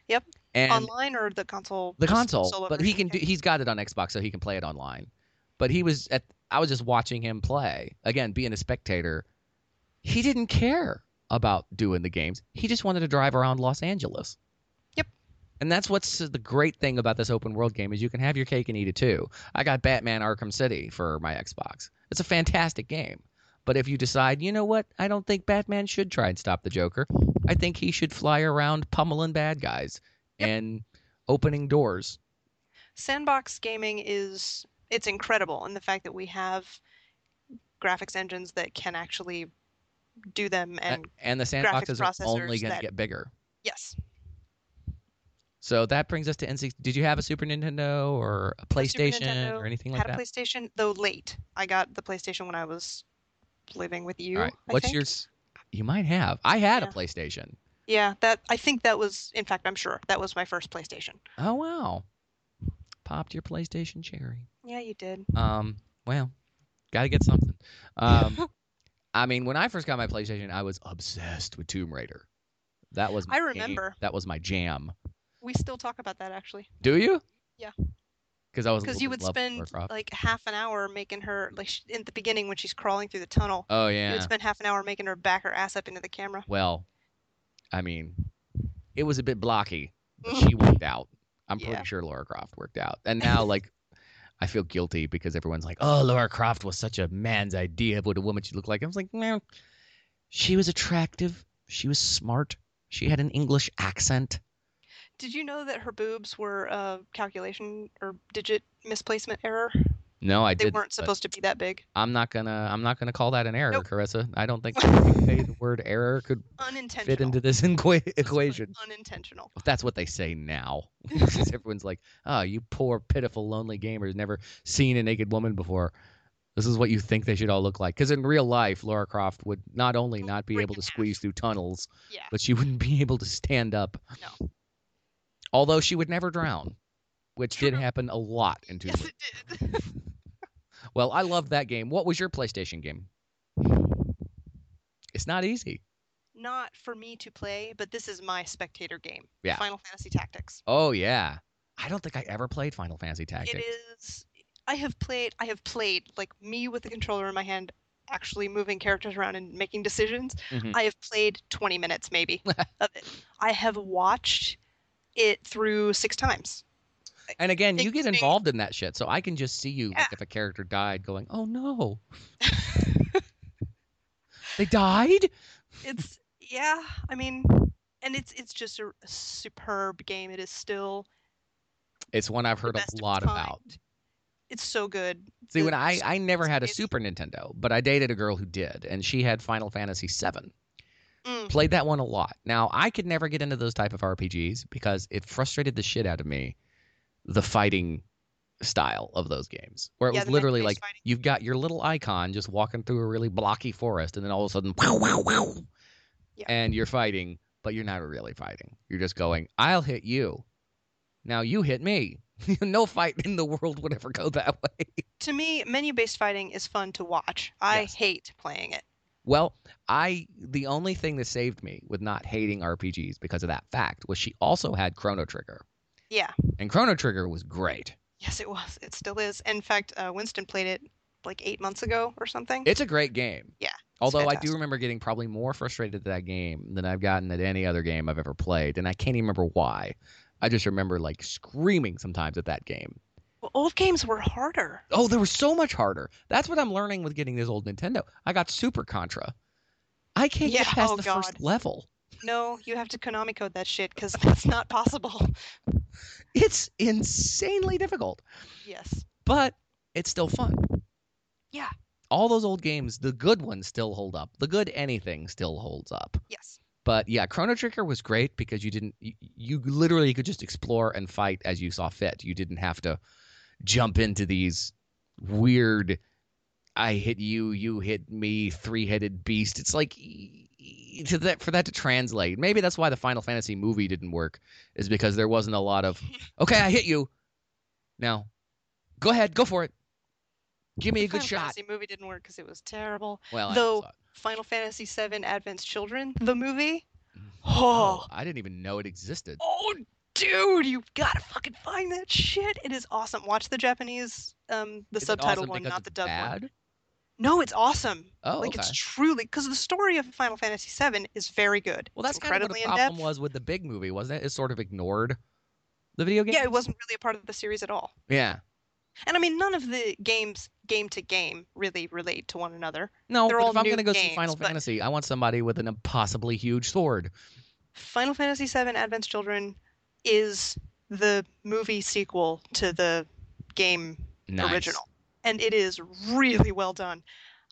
H: Yep,
G: and
H: Online or the console?
G: the
H: Just
G: console,
H: solo
G: but he
H: version,
G: can do,
H: yeah.
G: he's got it on Xbox, so he can play it online. But he was at I was just watching him play again, being a spectator. He didn't care about doing the games. He just wanted to drive around Los Angeles.
H: Yep.
G: And that's what's the great thing about this open world game is you can have your cake and eat it too. I got Batman Arkham City for my Xbox. It's a fantastic game. But if you decide, you know what, I don't think Batman should try and stop the Joker. I think he should fly around pummeling bad guys
H: Yep.
G: and opening doors.
H: sandbox gaming is it's incredible in the fact that we have graphics engines that can actually do them
G: A-
H: and
G: and the sandboxes are only
H: processors
G: going to
H: that-
G: get bigger.
H: yes
G: So that brings us to N6. Did you have a Super Nintendo or a
H: a Super
G: PlayStation
H: Nintendo,
G: or anything like
H: had
G: that?
H: a PlayStation though late I got the PlayStation when I was living with you
G: All right.
H: I
G: What's
H: think.
G: yours? You might have. I had a
H: Yeah.
G: PlayStation.
H: yeah that I think that was in fact I'm sure that was my first PlayStation
G: Oh wow. Popped your PlayStation cherry.
H: yeah you did
G: Um. Well, gotta get something.
H: [laughs]
G: Um. I mean, when I first got my PlayStation, I was obsessed with Tomb Raider. That was my
H: I
G: game.
H: remember.
G: That was my jam.
H: we still talk about that actually
G: Do you?
H: Yeah.
G: Because I was a little
H: because you
G: bit
H: would
G: in love with
H: spend
G: Warcraft.
H: like half an hour making her like sh- in the beginning when she's crawling through the tunnel
G: oh
H: you
G: yeah.
H: would spend half an hour making her back her ass up into the camera
G: Well, I mean, it was a bit blocky,
H: [laughs]
G: but she worked out. I'm
H: Yeah.
G: pretty sure Laura Croft worked out. And now, like, I feel guilty because everyone's like, oh, Laura Croft was such a man's idea of what a woman should look like. I was like, no. She was attractive. She was smart. She had an English accent.
H: Did you know that her boobs were a calculation or digit misplacement error?
G: No, I
H: They
G: didn't.
H: weren't
G: but
H: supposed to be that big.
G: I'm not gonna. I'm not gonna call that an error,
H: Nope.
G: Carissa. I don't think the word error could
H: Unintentional.
G: fit into this [laughs] equa-
H: This was
G: equation.
H: Unintentional.
G: Well, that's what they say now. [laughs] 'Cause everyone's like, oh, you poor, pitiful, lonely gamers, never seen a naked woman before. This is what you think they should all look like. Because in real life, Laura Croft would not only
H: Oh,
G: not be
H: break
G: able to
H: in half.
G: squeeze through tunnels,
H: Yeah.
G: but she wouldn't [laughs] be able to stand up.
H: No.
G: Although she would never drown, which did
H: True.
G: happen a lot in Tomb
H: Yes,
G: Raider.
H: it did. [laughs]
G: Well, I loved that game. What was your PlayStation game? It's not easy.
H: Not for me to play, but this is my spectator game.
G: Yeah.
H: Final Fantasy Tactics.
G: Oh, yeah. I don't think I ever played Final Fantasy Tactics.
H: It is. I have played. I have played like me with the controller in my hand, actually moving characters around and making decisions.
G: Mhm.
H: I have played 20
G: [laughs]
H: minutes maybe of it. I have watched it through six times.
G: And again, you get
H: Interesting.
G: involved in that shit, so I can just see you
H: Yeah.
G: like if a character died, going, "Oh
H: [laughs]
G: no, they died."
H: it's yeah i mean and it's it's just a, a superb game it is still
G: It's one I've
H: the
G: heard a
H: best of
G: lot
H: its
G: about.
H: kind. it's so good
G: See,
H: The
G: when I I never had a
H: amazing.
G: Super Nintendo, but I dated a girl who did, and she had Final Fantasy VII.
H: Mm.
G: Played that one a lot. Now I could never get into those type of RPGs because it frustrated the shit out of me, the fighting style of those games, where it
H: Yeah,
G: was
H: the
G: literally
H: mech-based
G: like
H: fighting.
G: you've got your little icon just walking through a really blocky forest, and then all of a sudden, wow, wow, wow,
H: Yeah.
G: and you're fighting, but you're not really fighting. You're just going, "I'll hit you." Now you hit me. [laughs] no fight in the world would ever go that [laughs] way.
H: to me menu based fighting is fun to watch i
G: Yes.
H: hate playing it
G: Well, I the only thing that saved me with not hating RPGs because of that fact was she also had Chrono Trigger.
H: Yeah.
G: And Chrono Trigger was great.
H: yes it was it still is in fact uh, winston played it like eight months ago or something
G: It's a great game.
H: Yeah,
G: Although I do
H: fantastic.
G: remember getting probably more frustrated at that game than I've gotten at any other game I've ever played, and I can't even remember why. I just remember like screaming sometimes at that game.
H: well, old games were harder
G: Oh, they were so much harder. That's what I'm learning with getting this old Nintendo. I got Super Contra. I can't get
H: Yeah,
G: past
H: oh
G: the
H: God.
G: first level.
H: no you have to konami code that shit because [laughs] that's not possible [laughs]
G: It's insanely difficult.
H: yes
G: but it's still fun.
H: Yeah.
G: All those old games, the good ones still hold up. The good anything still holds up.
H: yes
G: But yeah, Chrono Trigger was great because you didn't you, you literally could just explore and fight as you saw fit. You didn't have to jump into these weird I hit you, you hit me, three-headed beast. It's like e- e- to that for that to translate. Maybe that's why the Final Fantasy movie didn't work is because there wasn't a lot of okay, I hit you. Now, go ahead, go for it. Give me a good
H: Final
G: shot.
H: Fantasy movie didn't work because it was terrible
G: well, I
H: though-
G: saw it.
H: Final Fantasy VII Advent's Children, the movie.
G: oh,
H: Oh,
G: I didn't even know it existed.
H: [gasps] oh, dude, you gotta fucking find that shit. It is awesome. Watch the Japanese, um, the
G: Is it
H: subtitle
G: awesome
H: one,
G: because
H: not
G: it's
H: the dub
G: bad?
H: one. No, it's awesome.
G: Oh,
H: like
G: okay.
H: it's truly because the story of Final Fantasy VII is very good.
G: Well,
H: It's
G: that's kind of what
H: incredibly
G: the
H: in
G: problem
H: depth.
G: was with the big movie, wasn't it? It sort of ignored the video game.
H: Yeah, it wasn't really a part of the series at all.
G: Yeah.
H: And I mean, none of the games, game to game, really relate to one another.
G: No,
H: They're
G: but
H: all
G: if I'm
H: new
G: going to go see
H: games,
G: Final
H: but-
G: Fantasy, I want somebody with an impossibly huge sword.
H: Final Fantasy VII Advent's Children is the movie sequel to the game
G: Nice.
H: original, and it is really well done.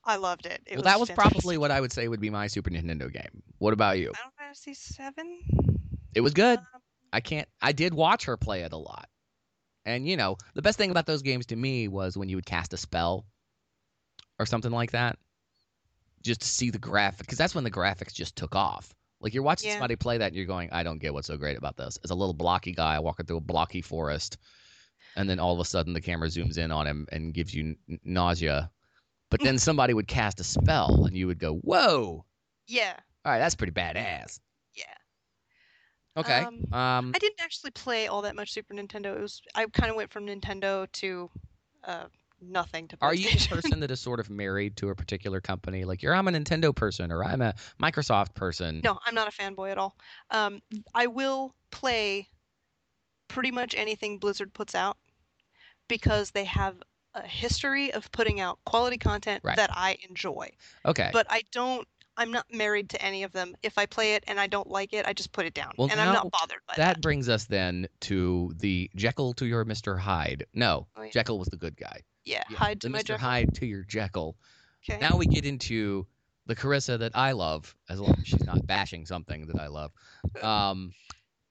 H: I loved it. it
G: well, that was
H: fantastic.
G: probably what I would say would be my Super Nintendo game. What about you?
H: Final Fantasy Seven.
G: It was good.
H: Um,
G: I can't. I did watch her play it a lot, and you know the best thing about those games to me was when you would cast a spell, or something like that, just to see the graphic because that's when the graphics just took off. Like you're watching
H: Yeah.
G: somebody play that and you're going, I don't get what's so great about this. It's a little blocky guy walking through a blocky forest, and then all of a sudden the camera zooms in on him and gives you n- nausea. But
H: [laughs]
G: then somebody would cast a spell and you would go, Whoa!
H: yeah,
G: All right, that's pretty badass.
H: yeah.
G: Okay.
H: Um,
G: um
H: I didn't actually play all that much Super Nintendo. It was I kind of went from Nintendo to uh, nothing to PlayStation.
G: Are you a person that is sort of married to a particular company? Like, you're I'm a Nintendo person or I'm a Microsoft person.
H: [laughs] No, I'm not a fanboy at all. Um, I will play pretty much anything Blizzard puts out because they have a history of putting out quality content
G: Right.
H: that I enjoy.
G: Okay.
H: But I don't. I'm not married to any of them. If I play it and I don't like it, I just put it down,
G: Well,
H: and I'm
G: now
H: not bothered by
G: that brings us then to the Jekyll to your Mr. Hyde. No,
H: Oh, yeah.
G: Jekyll was the good guy.
H: Yeah,
G: Yeah,
H: hide to
G: the
H: my
G: Mr.
H: Jekyll.
G: Hyde to your Jekyll.
H: Okay.
G: Now we get into the Carissa that I love, as long as she's not bashing something that I love. Um,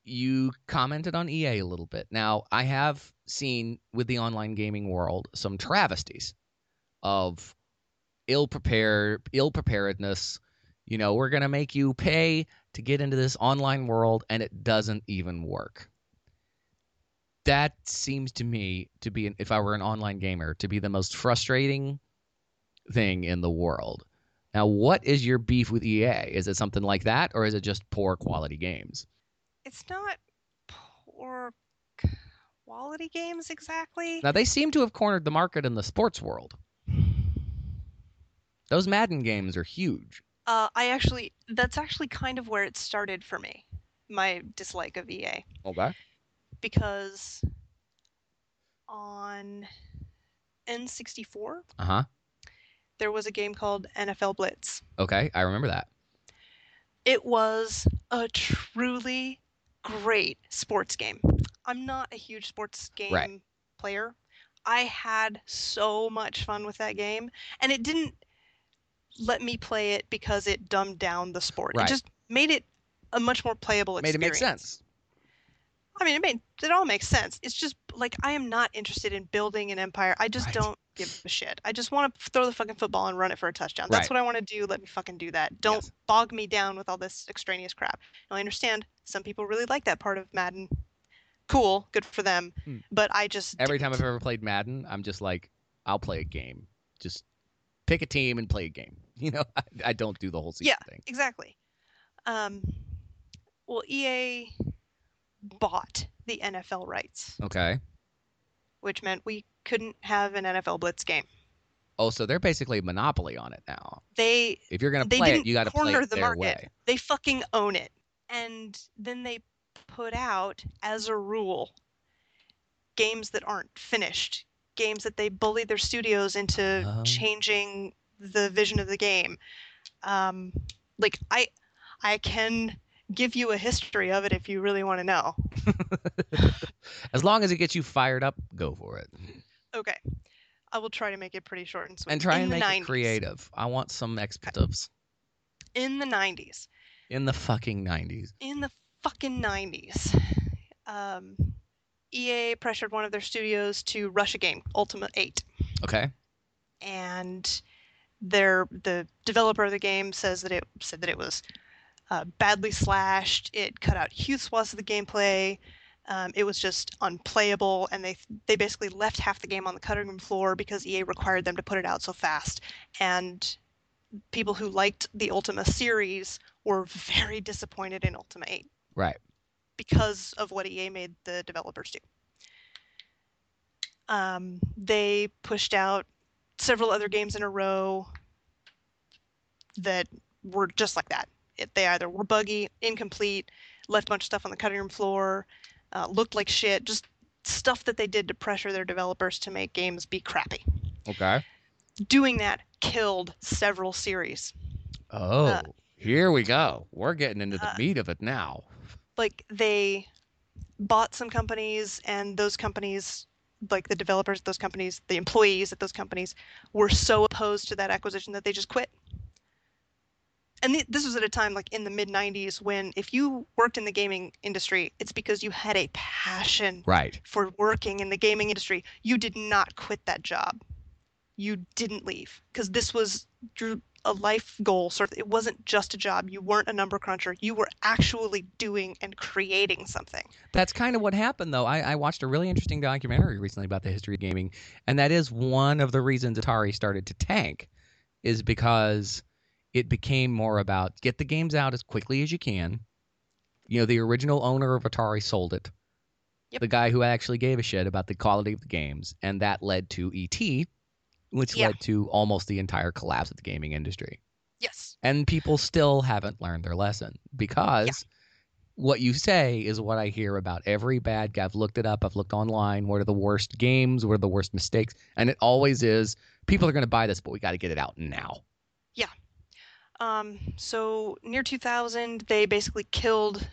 G: you commented on EA a little bit. Now I have seen with the online gaming world some travesties of ill prepared, ill preparedness. You know, we're gonna make you pay to get into this online world, and it doesn't even work. That seems to me to be, an, if I were an online gamer, to be the most frustrating thing in the world. Now, what is your beef with EA? Is it something like that, or is it just poor quality games?
H: it's not poor c- quality games exactly.
G: Now, they seem to have cornered the market in the sports world. Those Madden games are huge.
H: Uh, I actually, that's actually kind of where it started for me, my dislike of EA,
G: Okay.
H: because on N64
G: Uh huh.
H: there was a game called NFL Blitz.
G: Okay, I remember that.
H: It was a truly great sports game. I'm not a huge sports game
G: Right.
H: player. I had so much fun with that game, and it didn't let me play it because it dumbed down the sport.
G: Right.
H: It just made it a much more playable
G: Made it make
H: experience.
G: sense.
H: I mean, it made it all makes sense. It's just like I am not interested in building an empire. I just
G: Right.
H: don't give a shit. I just want to throw the fucking football and run it for a touchdown. That's
G: Right.
H: what I want to do. Let me fucking do that. Don't
G: Yes.
H: bog me down with all this extraneous crap. Now, I understand some people really like that part of Madden. Cool, good for them.
G: Hmm.
H: But I just
G: Every time
H: didn't.
G: I've ever played Madden, I'm just like, I'll play a game. Just pick a team and play a game. [laughs] You know, I, I don't do the whole season thing.
H: Exactly. Um, well, EA bought the NFL rights,
G: Okay.
H: which meant we couldn't have an NFL Blitz game.
G: Oh, so they're basically a monopoly on it now.
H: They
G: If you're gonna
H: they
G: play
H: didn't
G: it, you got to play
H: corner
G: it
H: the
G: their
H: market.
G: way.
H: They fucking own it. And then they put out, as a rule, games that aren't finished, games that they bully their studios into
G: Oh.
H: changing the vision of the game. Um, like I, I can give you a history of it if you really want to know.
G: [laughs] As long as it gets you fired up, go for it.
H: Okay, I will try to make it pretty short and sweet.
G: And try
H: In
G: and
H: the
G: make
H: 90s,
G: it creative. I want some expletives
H: In the nineties,
G: in the fucking 90s.
H: in the fucking 90s, um, EA pressured one of their studios to rush a game, Ultima 8.
G: Okay.
H: And their the developer of the game says that it said that it was uh, badly slashed. It cut out huge swaths of the gameplay. Um, it was just unplayable, and they they basically left half the game on the cutting room floor because EA required them to put it out so fast. And people who liked the Ultima series were very disappointed in Ultima 8
G: Right.
H: because of what EA made the developers do. Um, they pushed out several other games in a row that were just like that. It, they either were buggy, incomplete, left a bunch of stuff on the cutting room floor, uh, looked like shit, just stuff that they did to pressure their developers to make games be crappy.
G: Okay.
H: Doing that killed several series.
G: Oh, here we go. We're getting into the
H: uh,
G: meat of it now.
H: like they bought some companies and those companies like the developers at those companies the employees at those companies were so opposed to that acquisition that they just quit and th- this was at a time like in the mid 90s when if you worked in the gaming industry it's because you had a passion
G: Right.
H: for working in the gaming industry you did not quit that job you didn't leave because this was your a life goal sort of it wasn't just a job you weren't a number cruncher you were actually doing and creating something
G: That's kind of what happened, though. I, I watched a really interesting documentary recently about the history of gaming, and that is one of the reasons Atari started to tank, is because it became more about get the games out as quickly as you can. You know, the original owner of Atari sold it.
H: Yep.
G: The guy who actually gave a shit about the quality of the games, and that led to ET, which
H: Yeah.
G: led to almost the entire collapse of the gaming industry.
H: Yes.
G: And people still haven't learned their lesson because what you say is what I hear about every bad guy. I've looked it up, I've looked online. What are the worst games? What are the worst mistakes? And it always is people are going to buy this, but we got to get it out now.
H: Um, so near 2000, they basically killed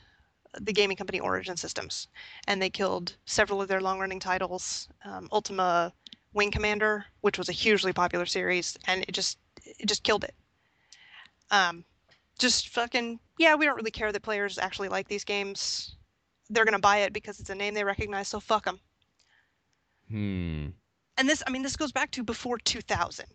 H: uh, the gaming company Origin Systems, and they killed several of their long-running titles. Um, Ultima Wing Commander, which was a hugely popular series, and it just it just killed it. Um, just fucking yeah, we don't really care that players actually like these games. They're gonna buy it because it's a name they recognize, so fuck them.
G: Hmm.
H: And this, I mean, this goes back to before 2000.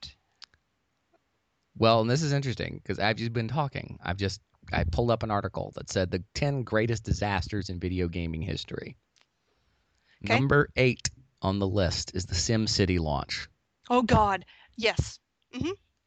G: Well, and this is interesting because I've just been talking. I've just I pulled up an article that said the ten greatest disasters in video gaming history.
H: Okay.
G: Number eight on the list is the SimCity launch.
H: Oh God, yes,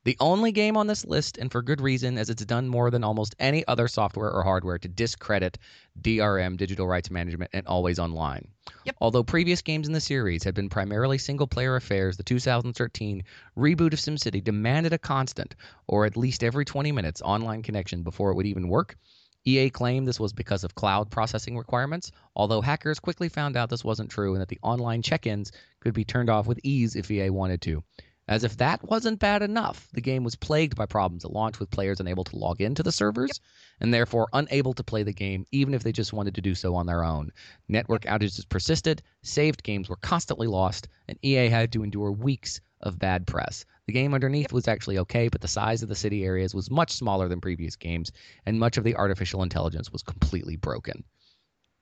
G: The only game on this list, and for good reason, as it's done more than almost any other software or hardware to discredit DRM, digital rights management, and always online.
H: Yep.
G: Although previous games in the series had been primarily single player affairs, the 2013 reboot of SimCity demanded a constant, or at least every 20 minutes, online connection before it would even work. EA claimed this was because of cloud processing requirements, although hackers quickly found out this wasn't true and that the online check ins could be turned off with ease if EA wanted to. As if that wasn't bad enough, the game was plagued by problems at launch with players unable to log into the servers and therefore unable to play the game even if they just wanted to do so on their own. Network outages persisted, saved games were constantly lost, and EA had to endure weeks of bad press. The game underneath was actually okay, but the size of the city areas was much smaller than previous games, and much of the artificial intelligence was completely broken.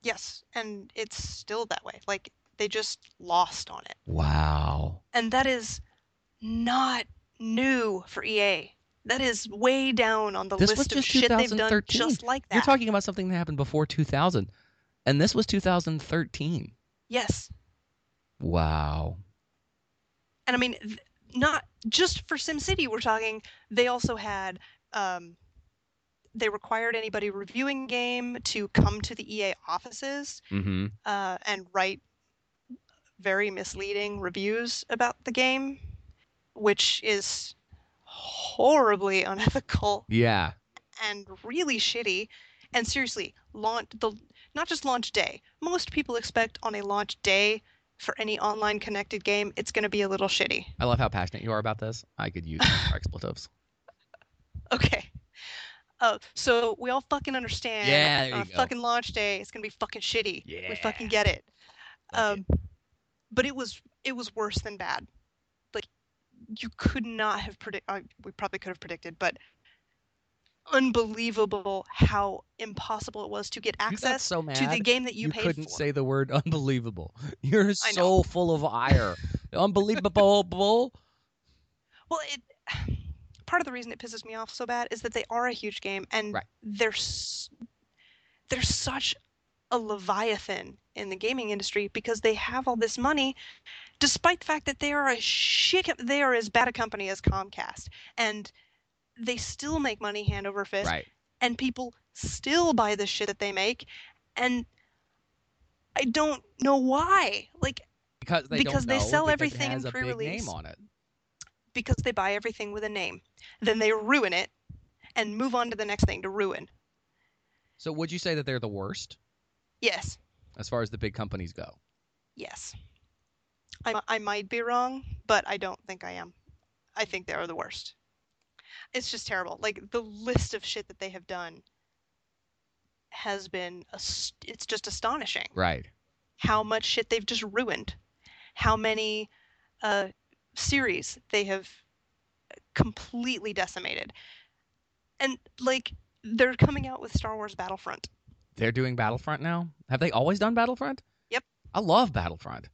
H: Yes, and it's still that way. Like they just lost on it.
G: Wow.
H: And that is not new for EA. That is way down on the
G: This was
H: list of
G: just
H: shit they've done
G: 2013.
H: just like that.
G: You're talking about something that happened before 2000, and this was 2013.
H: yes.
G: Wow.
H: And I mean th- not just for SimCity we're talking, they also had um they required anybody reviewing game to come to the EA offices
G: Mm-hmm.
H: uh, and write very misleading reviews about the game, which is horribly [laughs] unethical
G: Yeah.
H: and really shitty. And seriously, launch the not just launch day. Most people expect on a launch day for any online connected game, it's going to be a little shitty.
G: I love how passionate you are about this. I could [laughs] use more expletives.
H: Okay. Uh, so we all fucking understand.
G: Yeah, there you
H: on
G: go.
H: fucking launch day, it's gonna be fucking shitty. We fucking
G: Yeah.
H: get it.
G: Love
H: Um, but it was it was worse than bad. Like you could not have predict. Uh, we probably could have predicted, but unbelievable how impossible it was to get
G: You got
H: access
G: so mad.
H: to the game that you,
G: you
H: paid
G: couldn't
H: for.
G: say the word unbelievable. [laughs] You're
H: I know.
G: so full of ire.
H: [laughs]
G: unbelievable.
H: Well, it [sighs] part of the reason it pisses me off so bad is that they are a huge game, and
G: Right.
H: they're s- they're such a leviathan in the gaming industry because they have all this money, despite the fact that they are a shit. co- They are as bad a company as Comcast, and they still make money hand over fist,
G: Right.
H: and people still buy the shit that they make, and I don't know why. Like
G: Because they
H: Because
G: don't
H: they
G: know,
H: sell
G: because
H: everything
G: it
H: in
G: has a big
H: pre-release.
G: name on it.
H: because they buy everything with a name. Then they ruin it and move on to the next thing to ruin.
G: So would you say that they're the worst
H: Yes,
G: as far as the big companies go?
H: yes. I, I might be wrong, but I don't think I am. I think they are the worst. It's just terrible. Like the list of shit that they have done has been, ast- it's just astonishing.
G: Right.
H: how much shit they've just ruined, how many uh, series they have completely decimated. And like they're coming out with Star Wars Battlefront.
G: They're doing Battlefront now? Have they always done Battlefront?
H: Yep.
G: I love Battlefront.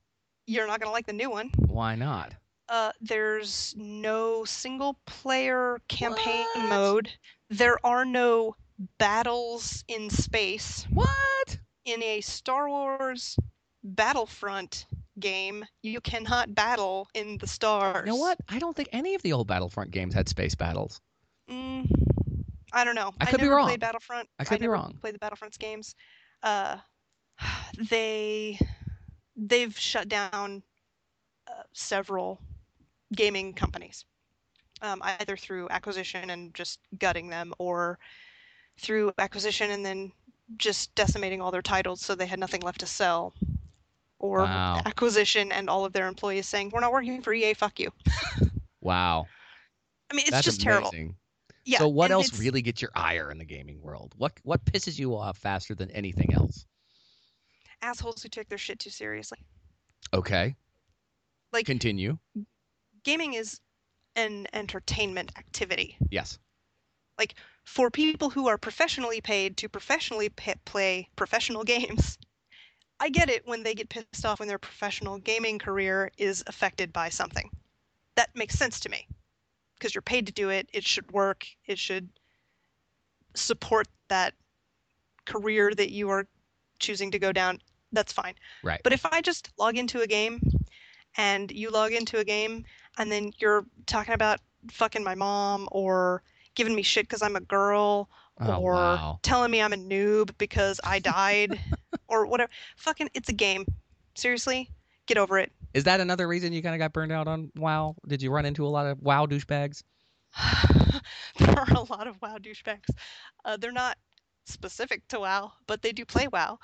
H: You're not gonna like the new one.
G: Why not?
H: Uh, there's no single player campaign mode. There are no battles in space.
G: What?
H: In a Star Wars Battlefront game, you cannot battle in the stars.
G: You know what? I don't think any of the old Battlefront games had space battles.
H: Mm, I don't know.
G: I could be
H: never
G: wrong.
H: Played Battlefront.
G: I could be
H: never
G: wrong.
H: Played the Battlefronts games. Uh, [sighs] they they've shut down uh, several gaming companies, um, either through acquisition and just gutting them, or through acquisition and then just decimating all their titles so they had nothing left to sell, or
G: Wow.
H: acquisition and all of their employees saying, "We're not working for EA, fuck you."
G: Wow.
H: I mean, it's
G: That's
H: just terrible.
G: amazing.
H: Yeah.
G: so what
H: and
G: else
H: it's-
G: really gets your ire in the gaming world? What what pisses you off faster than anything else?
H: Assholes who take their shit too seriously.
G: Okay.
H: Like-
G: continue.
H: Gaming is an entertainment activity.
G: Yes.
H: for people who are professionally paid to professionally pa play professional [laughs] games. I get it when they get pissed off when their professional gaming career is affected by something. That makes sense to me because you're paid to do it, it should work, it should support that career that you are choosing to go down. That's fine.
G: Right.
H: But if I just log into a game and you log into a game and then you're talking about fucking my mom or giving me shit because I'm a girl
G: Oh,
H: or
G: wow.
H: telling me I'm a noob because I died
G: [laughs]
H: or whatever. Fucking, it's a game. Seriously, get over it.
G: Is that another reason you kind of got burned out on WoW? Did you run into a lot of WoW douchebags?
H: [sighs] there are a lot of WoW douchebags. Uh, they're not specific to WoW, but they do play WoW.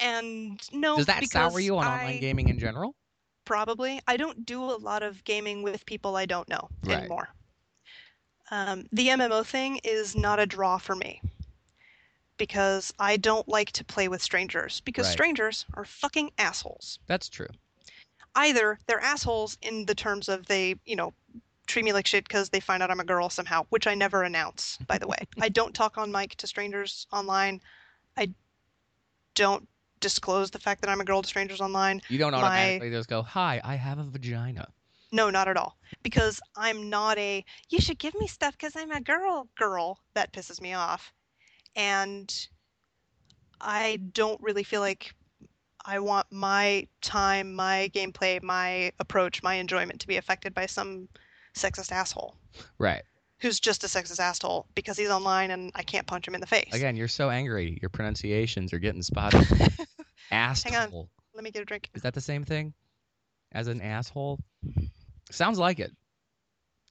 H: And no,
G: Does that
H: because
G: sour you on
H: I,
G: online gaming in general?
H: Probably. I don't do a lot of gaming with people I don't know
G: Right.
H: anymore. Um, the MMO thing is not a draw for me because I don't like to play with strangers because
G: Right.
H: strangers are fucking assholes.
G: That's true.
H: Either they're assholes in the terms of they, you know, treat me like shit because they find out I'm a girl somehow, which I never announce, by the way. I don't talk on mic to strangers online. I don't disclose the fact that I'm a girl to strangers online.
G: You don't
H: My-
G: automatically just go, "Hi, I have a vagina."
H: No, not at all. Because I'm not a, you should give me stuff because I'm a girl, girl. That pisses me off. And I don't really feel like I want my time, my gameplay, my approach, my enjoyment to be affected by some sexist asshole
G: Right.
H: who's just a sexist asshole because he's online and I can't punch him in the face.
G: Again, you're so angry. Your pronunciations are getting spotted.
H: [laughs]
G: asshole.
H: Let me get a drink.
G: Is that the same thing as an asshole? Sounds like it.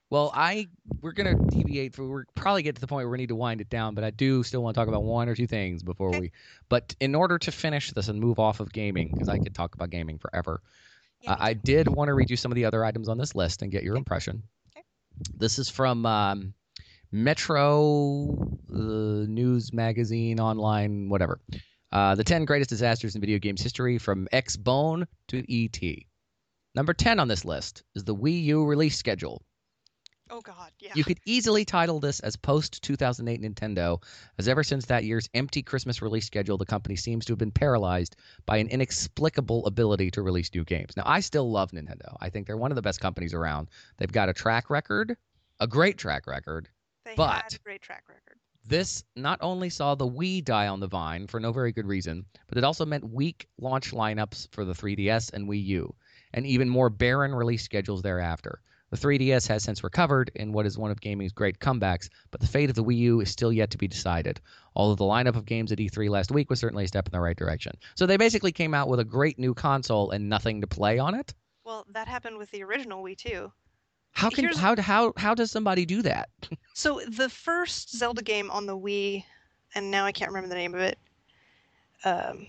G: Well, I we're gonna deviate. For, we're probably get to the point where we need to wind it down, but I do still want to talk about one or two things before
H: Okay.
G: we. But in order to finish this and move off of gaming, because I could talk about gaming forever,
H: Yeah,
G: I, I did want to read you some of the other items on this list and get your impression.
H: Okay.
G: This is from um, Metro uh, News Magazine Online, whatever. Uh, the 10 greatest disasters in video games history from X Bone to ET. Number 10 on this list is the Wii U release schedule.
H: Oh, God. Yeah.
G: You could easily title this as post 2008 Nintendo, as ever since that year's empty Christmas release schedule, the company seems to have been paralyzed by an inexplicable ability to release new games. Now, I still love Nintendo. I think they're one of the best companies around. They've got a track record, a great track record.
H: they
G: but-
H: had a great track record.
G: This not only saw the Wii die on the vine for no very good reason, but it also meant weak launch lineups for the 3DS and Wii U, and even more barren release schedules thereafter. The 3DS has since recovered in what is one of gaming's great comebacks, but the fate of the Wii U is still yet to be decided, although the lineup of games at E3 last week was certainly a step in the right direction. So they basically came out with a great new console and nothing to play on it?
H: Well, that happened with the original Wii, too.
G: How can
H: Here's-
G: how, how how does somebody do that?
H: So the first Zelda game on the Wii, and now I can't remember the name of it. Um,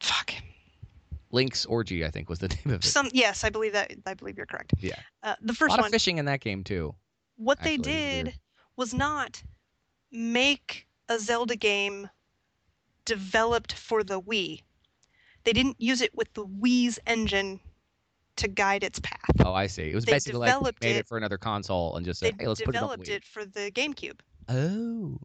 H: fuck.
G: Link's Orgy, I think was the [laughs] name of it.
H: Some yes, I believe that. I believe you're correct.
G: Yeah.
H: Uh, the
G: a
H: first
G: lot
H: one.
G: of fishing in that game too.
H: what
G: actually,
H: they
G: it was
H: did
G: weird.
H: was not make a Zelda game developed for the Wii. They didn't use it with the Wii's engine to guide its path.
G: Oh, I see. It was
H: They
G: basically like they
H: developed
G: made it,
H: it-
G: for another console and just
H: they
G: said, "Hey, let's put it on."
H: developed
G: Wii."
H: it for the GameCube.
G: Oh,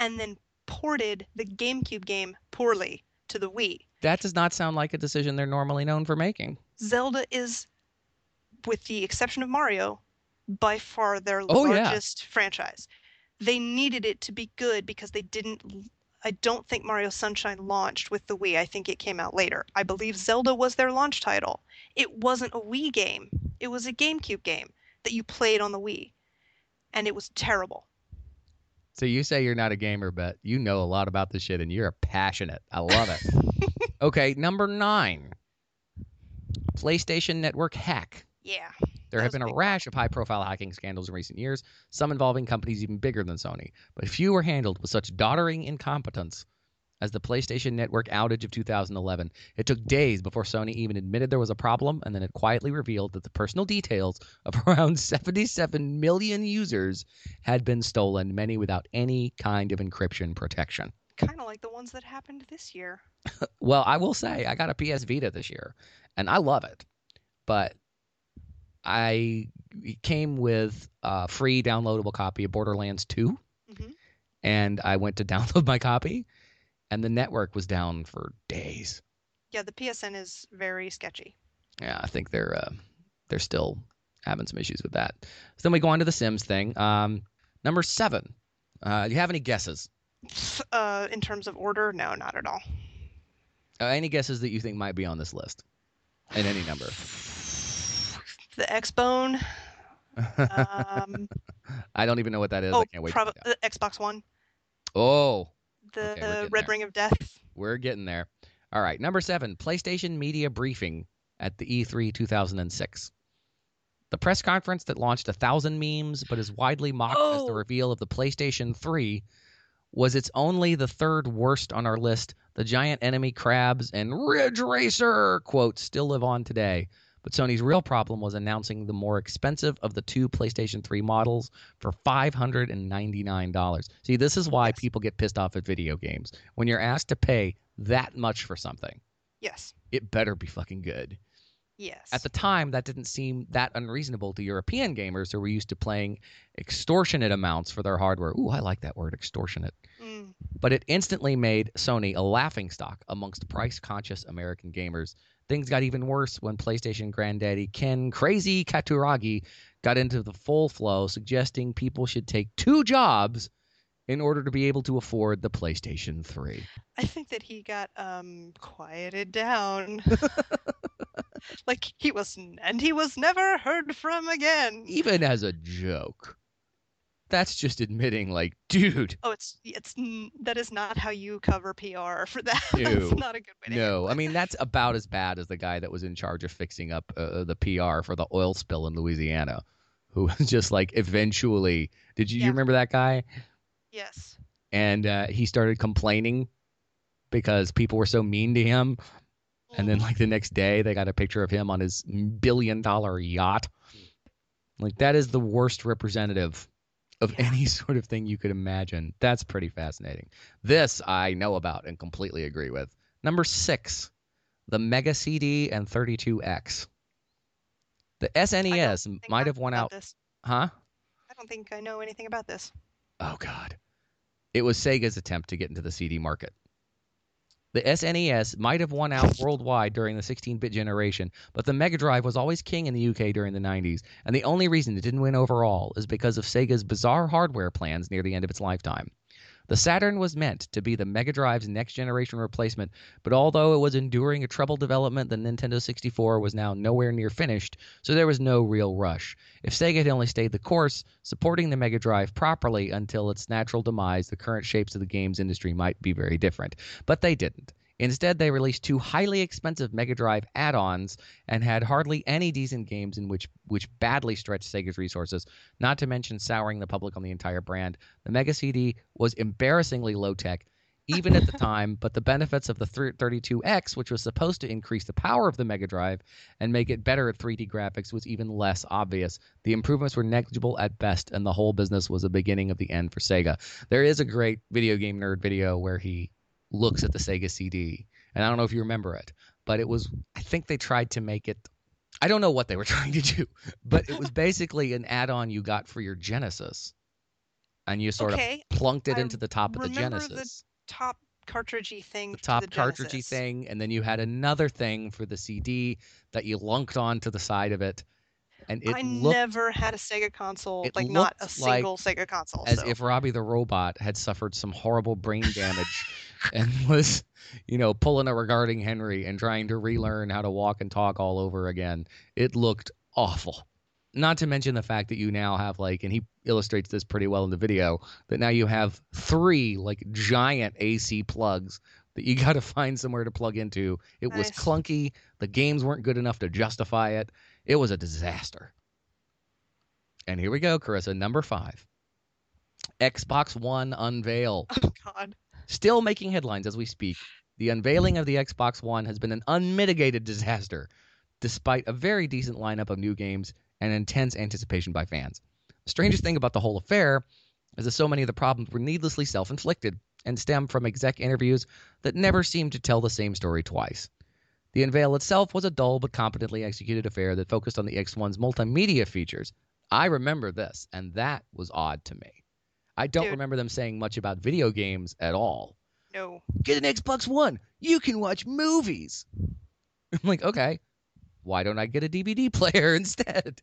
H: and then ported the GameCube game poorly to the Wii.
G: that does not sound like a decision they're normally known for making.
H: Zelda is, with the exception of Mario, by far their
G: Oh, yeah.
H: largest franchise. They needed it to be good because they didn't. I don't think Mario Sunshine launched with the Wii. I think it came out later. I believe Zelda was their launch title. It wasn't a Wii game, it was a GameCube game that you played on the Wii. And it was terrible.
G: So you say you're not a gamer, but you know a lot about this shit, and you're passionate. I love
H: [laughs]
G: it. okay, number nine, PlayStation Network hack.
H: Yeah.
G: There have
H: That was
G: been a
H: big.
G: rash of high profile hacking scandals in recent years, some involving companies even bigger than Sony, but few were handled with such doddering incompetence as the PlayStation Network outage of 2011. It took days before Sony even admitted there was a problem, and then it quietly revealed that the personal details of [laughs] around 77 million users had been stolen, many without any kind of encryption protection.
H: Kind of like the ones that happened this year.
G: Well, I will say I got a PS Vita this year, and I love it, but I it came with a free downloadable copy of Borderlands 2,
H: Mhm.
G: and I went to [laughs] download my copy, and the network was down for days.
H: Yeah, the PSN is very sketchy. [laughs]
G: Yeah, I think they're uh, they're still having some issues with that. So then we go on to the Sims thing. Um, number seven. Uh, do you have any guesses?
H: Uh, in terms of order, no, not at all.
G: Uh, any guesses that you think might be on this list? In any
H: [laughs]
G: number.
H: The
G: [laughs]
H: Xbone. Um,
G: I don't even know what that is.
H: oh,
G: I can't wait. to
H: prob-
G: find out.
H: the Xbox One.
G: Oh,
H: The
G: Okay, we're getting
H: Red
G: there.
H: Ring of Death.
G: We're getting there. All right, number seven, PlayStation Media Briefing at the E E3 2006. The press conference that launched a thousand memes but is widely mocked as
H: Oh.
G: the reveal of the PlayStation 3 was its only the third worst on our list. The giant enemy crabs and Ridge Racer quotes still live on today. But Sony's real problem was announcing the more expensive of the two PlayStation 3 models for $599. See, this is why
H: Yes.
G: people get pissed off at video games. When you're asked to pay that much for something,
H: Yes.
G: it better be fucking good.
H: Yes.
G: At the time, that didn't seem that unreasonable to European gamers who were used to playing extortionate amounts for their hardware. Ooh, I like that word, extortionate
H: Mm,
G: but it instantly made Sony a laughingstock amongst price conscious American gamers. Things got even worse when PlayStation granddaddy Ken Crazy Katuragi got into the full flow, suggesting people should take two jobs in order to be able to afford the PlayStation 3.
H: I think that he got um
G: [laughs]
H: quieted down. like he was, n- and he was never heard from again.
G: Even as a joke. That's just admitting, like, dude,
H: Oh, it's it's n- that is not how you cover PR for that. [laughs]
G: No.
H: That's not a good way.
G: no.
H: to handle
G: I
H: it.
G: mean, that's about as bad as the guy that was in charge of fixing up uh, the PR for the oil spill in Louisiana, who [laughs] was just like, eventually, did you,
H: Yeah.
G: you remember that guy?
H: yes,
G: and uh, he started complaining because people were so mean to him.
H: Mm,
G: And then, like the next day, they got a picture of him on his billion-dollar yacht. Like that is the worst representative of
H: Yeah.
G: any [laughs] sort of thing you could imagine. That's pretty fascinating. This I know about and completely agree with. Number six, the Mega CD and 32X. The SNES
H: Think
G: might
H: I
G: have won
H: know
G: out,
H: This.
G: huh?
H: I don't think I know anything about this.
G: Oh God. It was Sega's attempt to get into the CD market. The SNES might have won out worldwide during the 16 bit generation, but the Mega Drive was always king in the UK during the 90s, and the only reason it didn't win overall is because of Sega's bizarre hardware plans near the end of its lifetime. The Saturn was meant to be the Mega Drive's next generation replacement, but although it was enduring a troubled development, the Nintendo 64 was now nowhere near finished, so there was no real rush. If Sega had only stayed the course, supporting the Mega Drive properly until its natural demise, the current shapes of the games industry might be very different. But they didn't. Instead, they released two highly expensive Mega Drive add-ons and had hardly any decent games in which which badly stretched Sega's resources, not to mention souring the public on the entire brand. The Mega CD was embarrassingly low tech even at the time, but the benefits of the thir- 32X, which was supposed to increase the power of the Mega Drive and make it better at 3D graphics, was even less obvious. The improvements were negligible at best, and the whole business was the beginning of the end for Sega. There is a great video game nerd video where he looks at the Sega CD, and I don't know if you remember it, but it was, I think they tried to make it. I don't know what they were [laughs] trying to do, but
H: [laughs]
G: it was basically an add on you got for your Genesis. And you sort
H: Okay,
G: of plunked it
H: I
G: into the top of the
H: remember the
G: Genesis
H: Top cartridgey thing.
G: the
H: for
G: top
H: the
G: cartridgey
H: Genesis.
G: thing, and then you had another thing for the CD that you lunked onto the side of it, and it
H: I
G: looked
H: never had a Sega console,
G: it
H: like not a
G: looked like
H: single Sega console.
G: as
H: so.
G: if Robbie the robot had suffered some horrible brain damage [laughs] and was, you know, pulling a regarding Henry and trying to relearn how to walk and talk all over again. It looked awful. Not to mention the fact that you now have like, and he illustrates this pretty well in the video, that now you have three like giant AC plugs that you [laughs] got to find somewhere to plug into. It was
H: Nice.
G: clunky. The games weren't good enough to justify it. It was a disaster. And here we go, Carissa, number five. Xbox One unveil.
H: Oh [laughs] God.
G: Still making headlines as we speak. The unveiling of the Xbox One has been an unmitigated disaster, despite a very decent lineup of new games and intense anticipation by fans. The strangest thing about the whole affair is that so many of the problems were needlessly self inflicted and stem from exec interviews that never seemed to tell the same story twice. The unveil itself was a dull but competently executed affair that focused on the X1's multimedia features. I remember this, and that was odd to me. I don't
H: Dude.
G: remember them saying much about video games at all. [laughs]
H: No.
G: Get an Xbox One. You can watch movies. [laughs] I'm like, okay, why don't I get a DVD [laughs] player instead?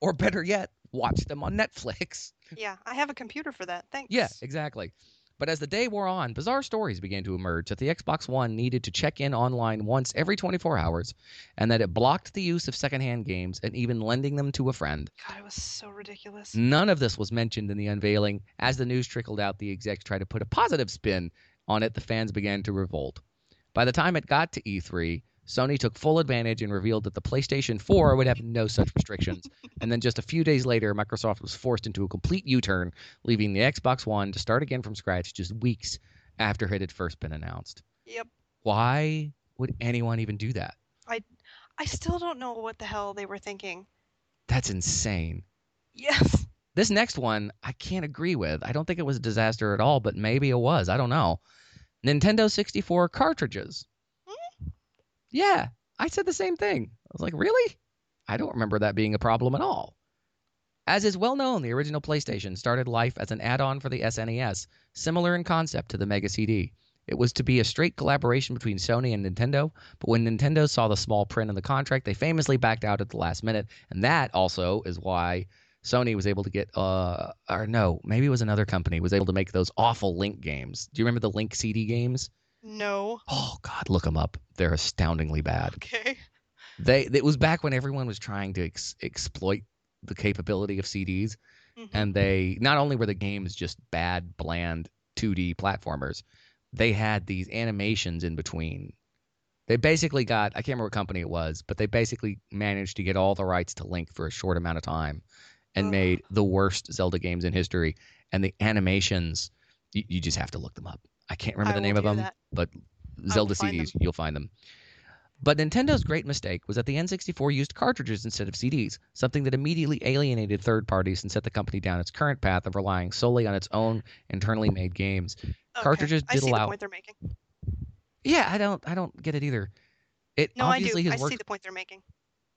G: Or better yet, watch them on Netflix. [laughs]
H: Yeah, I have a computer for that. Thanks.
G: Yeah, exactly. But as the day wore on, bizarre stories began to emerge that the Xbox One needed to check in online once every 24 hours, and that it blocked the use of secondhand games and even lending them to a friend.
H: God, it was so ridiculous.
G: None of this was mentioned in the unveiling. As the news trickled out, the execs tried to put a positive spin on it. The fans began to revolt. By the time it got to E3, Sony took full advantage and revealed that the PlayStation 4 would have no such restrictions. and then just a few days later, Microsoft was forced into a complete U turn, leaving the Xbox One to start again from scratch just weeks after it had first been announced.
H: Yep.
G: Why would anyone even do that?
H: I still don't know what the hell they were thinking. [laughs]
G: That's insane.
H: Yes.
G: This next one, I can't agree with. I don't think it was a disaster at all, but maybe it was. I don't know. Nintendo 64 cartridges. Yeah, I said the same thing. I was like, really? I don't remember that being a problem at all. As is well known, the original PlayStation started life as an add on for the SNES, similar in concept to the Mega CD. It was to be a straight collaboration between Sony and Nintendo, but when Nintendo saw the small print in the contract, they famously backed out at the last minute, and that also is why Sony was able to get, uh, or no, maybe it was another company was able to make those awful Link games. Do you remember the Link CD games?
H: No.
G: Oh God, look them up. They're astoundingly bad.
H: Okay.
G: They it was back when everyone was trying to ex- exploit the capability of CDs,
H: Mhm.
G: and they not only were the games just bad, bland 2D platformers, they had these animations in between. They basically got I can't remember what company it was, but they basically managed to get all the rights to Link for a short amount of time and
H: Ugh.
G: made the worst Zelda games in history. And the animations, you, you just have to look them up. I can't remember the
H: I will
G: name of
H: do
G: them,
H: that.
G: but Zelda
H: find them.
G: CDs, you'll find them. But Nintendo's great mistake was that the N64 used cartridges instead of CDs, something that immediately alienated third parties and set the company down its current path of relying solely on its own internally made games.
H: Okay,
G: Cartridges
H: I
G: did
H: see
G: allow-
H: the point they're making.
G: Yeah, I don't I don't get it either. It
H: No, I do.
G: obviously
H: I
G: has worked
H: see the point they're making.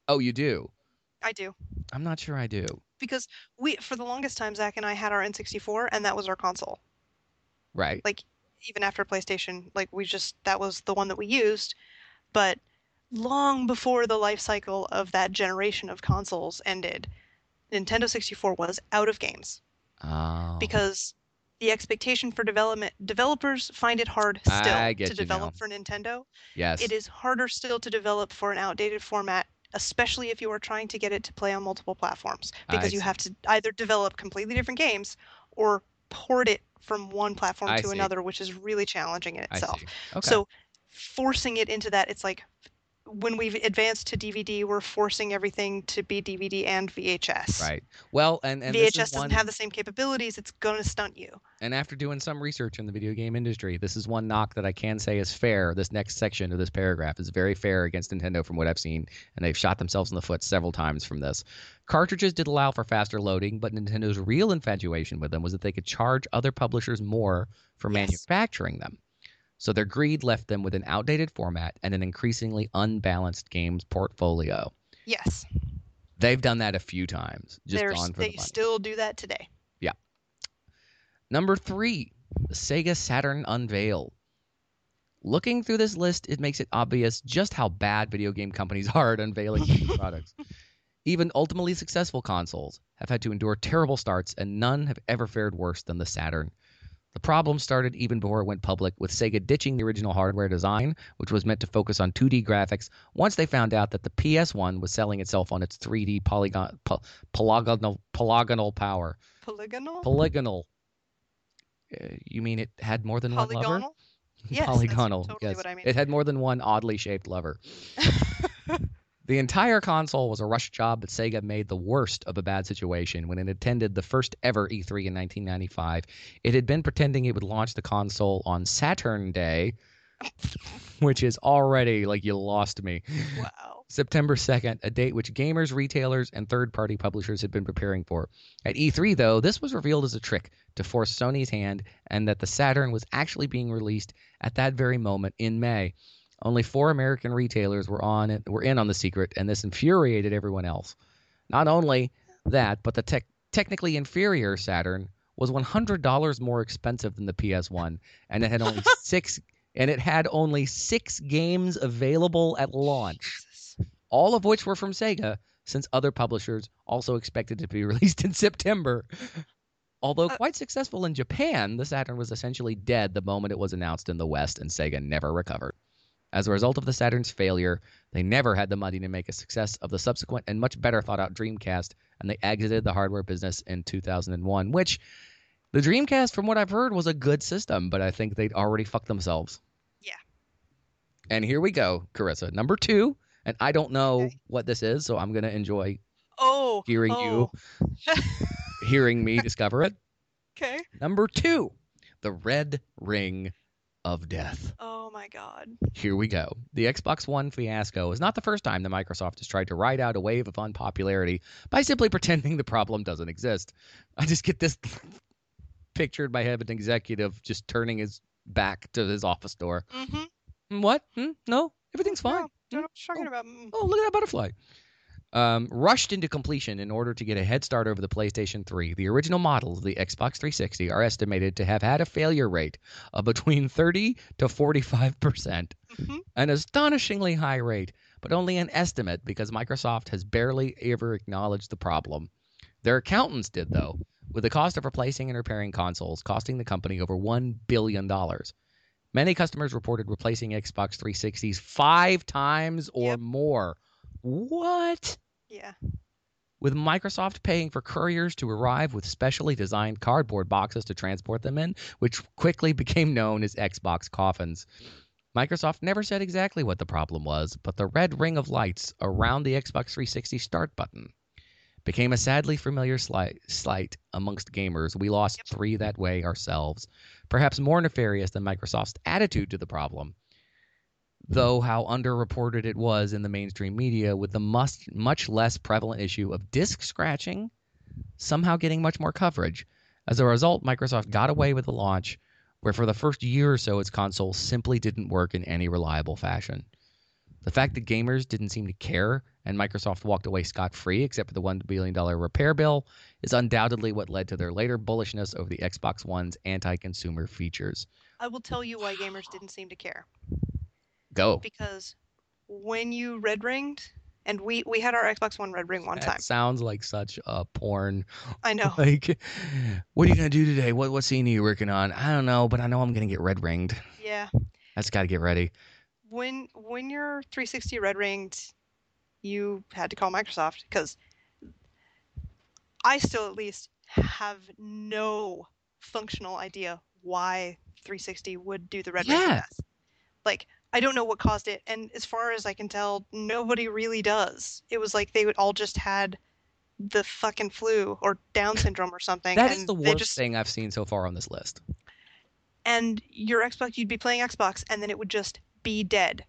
G: Oh, you do.
H: I do.
G: I'm not sure I do.
H: Because we, for the longest time, Zach and I had our N64, and that was our console.
G: Right.
H: Even after PlayStation, like we just that was the one that we used. But long before the life cycle of that generation of consoles ended, Nintendo 64 was out of games.
G: Oh.
H: because the expectation for development developers find it hard still
G: I get
H: to
G: you now.
H: develop for Nintendo.
G: yes.
H: It is harder still to develop for an outdated format, especially if you are trying to get it to play on multiple platforms
G: I
H: because you
G: see.
H: have to either develop completely different games or port it from one platform
G: I
H: to
G: see.
H: another, which is really challenging in
G: I
H: itself.
G: see. Okay.
H: So forcing it into that, it's like when we've advanced to DVD, we're forcing everything to be DVD and VHS.
G: right. Well, and and this is
H: VHS doesn't
G: one-
H: have the same capabilities. It's going to stunt you.
G: And after doing some research in the video game industry, this is one knock that I can say is fair. This next section of this paragraph is very fair against Nintendo from what I've seen, and they've shot themselves in the foot several times from this. Cartridges did allow for faster loading, but Nintendo's real infatuation with them was that they could charge other publishers more for
H: Yes.
G: manufacturing them. So their greed left them with an outdated format and an increasingly unbalanced games portfolio.
H: Yes,
G: They've done that a few times, just
H: there's-
G: gone for
H: they
G: the money.
H: still do that today.
G: Number three, the Sega Saturn Unveil. Looking through this list, it makes it obvious just how bad video game companies [laughs] are at unveiling new products. Even ultimately successful consoles have had to endure terrible starts, and none have ever fared worse than the Saturn. The problem started even before it went public, with Sega ditching the original hardware design, which was meant to focus on 2D graphics, once they found out that the PS1 was selling itself on its 3D polygon, po- polygonal, polygonal power
H: Polygonal,
G: polygonal. Uh, you mean it had more than one lover? [laughs]
H: polygonal. Yes, that's
G: polygonal. [laughs]
H: totally
G: yes,
H: what I mean. [laughs]
G: it had more than one oddly shaped lover. The entire console was a rush job, but Sega made the worst of a bad situation when it attended the first ever E3 in 1995. It had been pretending it would launch the console on Saturn Day, [laughs] which is already like you lost me.
H: Wow.
G: September 2nd, a date which gamers, retailers, and third party publishers had been preparing for. At E3, though, this was revealed as a trick to force Sony's hand and that the Saturn was actually being released at that very moment in May. Only four American retailers were on it, were in on the secret, and this infuriated everyone else. Not only that, but the tech technically inferior Saturn was $100 more expensive than the PS1, and it had only six and it had only six games available at launch
H: Jesus.
G: all of which were from Sega, since other publishers also expected to be [laughs] released in September. Although
H: Uh,
G: quite successful in Japan, the Saturn was essentially dead the moment it was announced in the West, and Sega never recovered. As a result of the Saturn's failure, they never had the money to make a success of the subsequent and much better thought out Dreamcast, and they exited the hardware business in 2001, which the Dreamcast, from what I've heard, was a good system, but I think they'd already fucked themselves.
H: Yeah.
G: And here we go, Carissa. Number two, and I don't know
H: Okay.
G: what this is, so I'm going to enjoy
H: Oh.
G: Hearing
H: oh. you.
G: [laughs] hearing me discover it.
H: okay.
G: Number two, the Red Ring of Death.
H: Oh my God.
G: Here we go. The Xbox One fiasco is not the first time that Microsoft has tried to ride out a wave of unpopularity by simply [laughs] pretending the problem doesn't exist. I just get this [laughs] picture in my head of an executive just turning his back to his office door.
H: Mm-hmm.
G: "Hmm, What? Hmm? No, everything's fine.
H: No, no, talking about. mm.
G: Oh, look at that butterfly. Um, rushed into completion in order to get a head start over the PlayStation 3, the original models of the Xbox 360 are estimated to have had a failure rate of between 30 to 45 percent,
H: Mhm.
G: an astonishingly high rate, but only an estimate because Microsoft has barely ever acknowledged the problem. Their accountants did, though, with the cost of replacing and repairing consoles costing the company over $1 billion. Many customers reported replacing Xbox 360s five times or
H: Yep.
G: more. What?
H: Yeah.
G: With Microsoft paying for couriers to arrive with specially designed cardboard boxes to transport them in, which quickly [laughs] became known as Xbox coffins. Microsoft never said exactly what the problem was, but the red ring of lights around the Xbox 360 start button became a sadly familiar slight, slight amongst gamers. We lost three that way ourselves. Perhaps more nefarious than Microsoft's attitude to the problem, though how underreported it was in the mainstream media, with the must, much less prevalent issue of disk scratching somehow getting much more coverage. As a result, Microsoft got away with the launch, where for the first year or so, its console simply didn't work in any reliable fashion. The fact that gamers didn't seem to care and Microsoft walked away scot free, except for the $1 billion repair bill, is undoubtedly what led to their later bullishness over the Xbox One's anti consumer features.
H: I will tell you why gamers didn't seem to care.
G: Go.
H: Because when you red ringed, and we we had our Xbox One red ring one
G: That
H: time.
G: sounds like such a porn
H: I know.
G: [laughs] Like, what are you gonna do today? What what scene are you working on? I don't know, but I know I'm gonna get red ringed.
H: Yeah.
G: I just gotta get ready.
H: When when you're 360 red ringed, you had to call Microsoft because I still at least have no functional idea why 360 would do the red ring.
G: Yeah.
H: test. Like I don't know what caused it, and as far as I can tell, nobody really does. It was like they would all just had the fucking flu or
G: [laughs]
H: Down syndrome or something.
G: That is
H: and
G: the
H: they
G: worst
H: just-
G: thing I've seen so far on this list.
H: and your Xbox, you'd be playing Xbox, and then it would just be dead.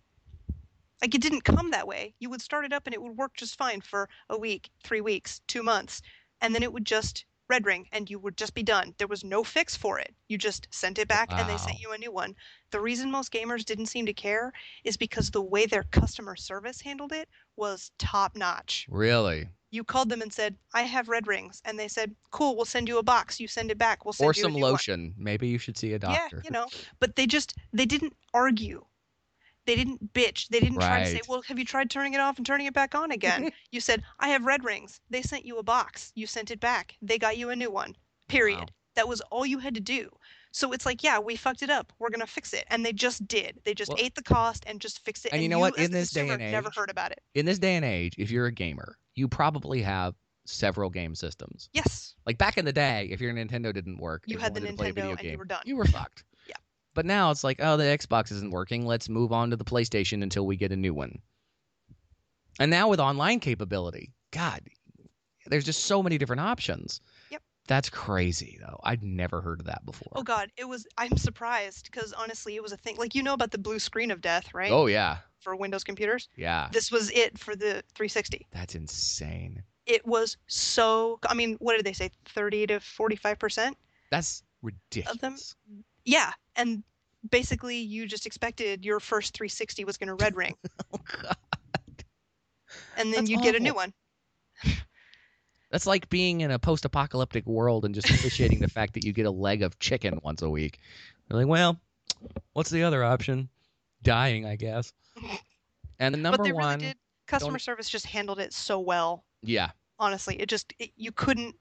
H: Like it didn't come that way. You would start it up, and it would work just fine for a week, three weeks, two months, and then it would just red ring, and you would just be done. There was no fix for it. You just sent it back, and they
G: Wow.
H: sent you a new one. The reason most gamers didn't seem to care is because the way their customer service handled it was top notch.
G: Really?
H: You called them and said, "I have red rings," and they said, "Cool, we'll send you a box. You send it back. We'll send
G: Or
H: you
G: some
H: a new one."
G: lotion. Maybe you should see a doctor.
H: Yeah, you know, but they just they didn't argue. They didn't bitch. They didn't try to say,
G: Right.
H: "Well, have you tried turning it off and turning it back on
G: [laughs]
H: again?" you said, "I have red rings." They sent you a box. You sent it back. They got you a new one. Period. That was all you had to do. So it's like, yeah, we fucked it up. We're gonna fix it, and they just did. They just
G: Well-
H: ate the cost and just fixed it.
G: And you know what?
H: as
G: In
H: the
G: this day
H: consumer
G: and
H: never
G: age-
H: heard about it.
G: In this day and age, if you're a gamer, you probably have several game systems.
H: Yes,
G: Like back in the day, if your Nintendo didn't work,
H: You
G: if
H: had the
G: wanted to play a
H: Nintendo
G: video
H: and you
G: game,
H: were done.
G: You were fucked.
H: [laughs] Yeah.
G: But now it's like, oh, the Xbox isn't working. Let's move on to the PlayStation until we get a new one. And now with online capability, God, there's just so many different options.
H: Yep.
G: That's crazy though. I'd never heard of that before.
H: Oh God, it was. I'm surprised because honestly, it was a thing. Like you know about the blue screen of death, right?
G: Oh yeah.
H: For Windows computers,
G: Yeah.
H: this was it for the 360.
G: That's insane.
H: It was so. I mean, what did they say? 30 to 45 percent.
G: That's ridiculous.
H: Yeah, and basically, you just expected your first 360 was going to red ring,
G: [laughs] Oh god.
H: and then
G: That's
H: you'd get a new
G: awful.
H: one.
G: That's like being in a post-apocalyptic world and just appreciating the fact that you get a leg of chicken once a week. You're like, well, what's the other option? Dying, I guess. And the number
H: but they
G: one,
H: really did. Customer service just handled it so well.
G: yeah,
H: honestly it just it, you couldn't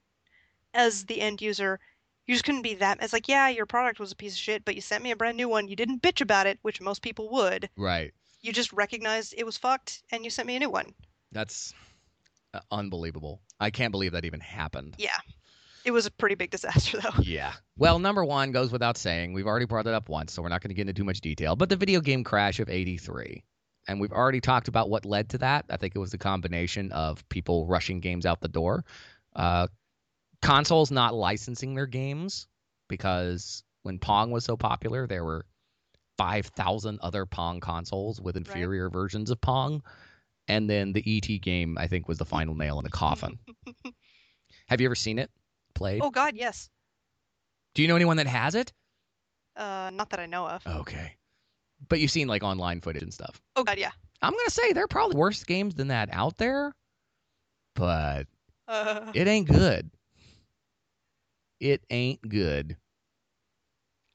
H: as the end user you just couldn't be that it's like yeah your product was a piece of shit but you sent me a brand new one you didn't bitch about it which most people would
G: right.
H: you just recognized it was fucked and you sent me a new one
G: That's uh, unbelievable. I can't believe that even happened.
H: yeah it was a pretty big disaster [laughs] though
G: Yeah. Well, number one goes without saying. We've already brought it up once, so we're not going to get into too much detail. But the video game crash of 83. And we've already talked about what led to that. I think it was the combination of people rushing games out the door, uh, consoles not licensing their games because when Pong was so popular, there were 5,000 other Pong consoles with inferior versions of Pong. And then the ET game, I think, was the final nail in the coffin. Have you ever seen it played?
H: oh god yes
G: Do you know anyone that has it?
H: uh, not that i know of
G: Okay. But you've seen like online footage and stuff.
H: oh god yeah
G: I'm going to say there are probably worse games than that out there, but
H: uh,
G: it ain't good. It ain't good.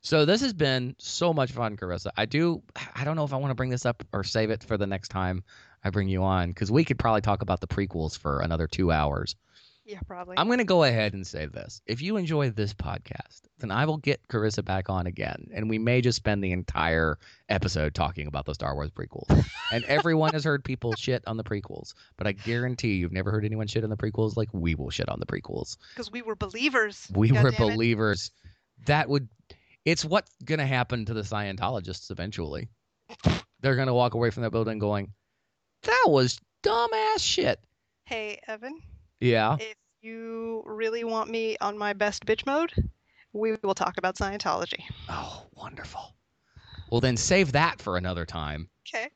G: So this has been so much fun, Carissa. I do I don't know if I want to bring this up or save it for the next time I bring you on cuz we could probably talk about the prequels for another 2 hours.
H: yeah probably
G: I'm going to go ahead and say this. If you enjoy this podcast, then I will get Carissa back on again, and we may just spend the entire episode talking about the Star Wars prequels. and everyone has heard people shit on the prequels, but I guarantee you've never heard anyone shit on the prequels like we will shit on the prequels.
H: because we were believers
G: We
H: God
G: were
H: damn it.
G: believers. That would. It's what's going to happen to the Scientologists eventually. They're going to walk away from that building going, that was dumbass shit.
H: hey evan
G: Yeah.
H: if you really want me on my best bitch mode we will talk about scientology
G: Oh, wonderful. Well, then save that for another time.
H: okay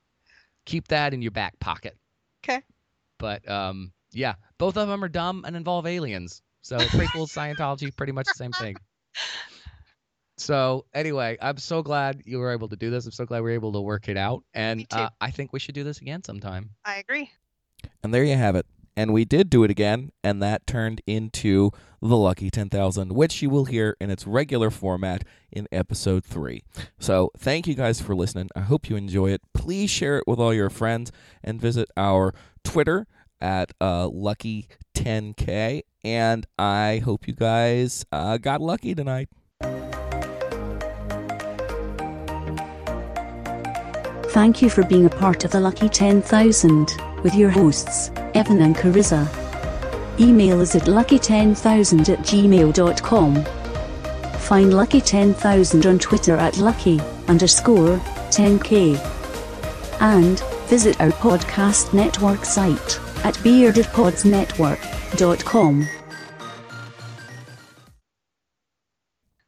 G: Keep that in your back pocket.
H: 'Kay.
G: But um, yeah, both of them are dumb and involve aliens. So
H: [laughs]
G: prequels, Scientology, pretty much the same thing. So anyway, I'm so glad you were able to do this. I'm so glad we were able to work it out, and
H: Me too.
G: uh, I think we should do this again sometime.
H: i agree
A: And there you have it. And we did do it again, and that turned into the Lucky 10,000, which you will hear in its regular format in episode 3. So, thank you guys for listening. I hope you enjoy it. Please share it with all your friends and visit our Twitter at uh, Lucky10K. And I hope you guys uh, got lucky tonight.
C: Thank you for being a part of the Lucky 10,000 with your hosts, Evan and Carissa. Email us at lucky10000 at gmail.com. Find Lucky 10,000 on Twitter at lucky underscore 10k. And visit our podcast network site at beardedpodsnetwork.com.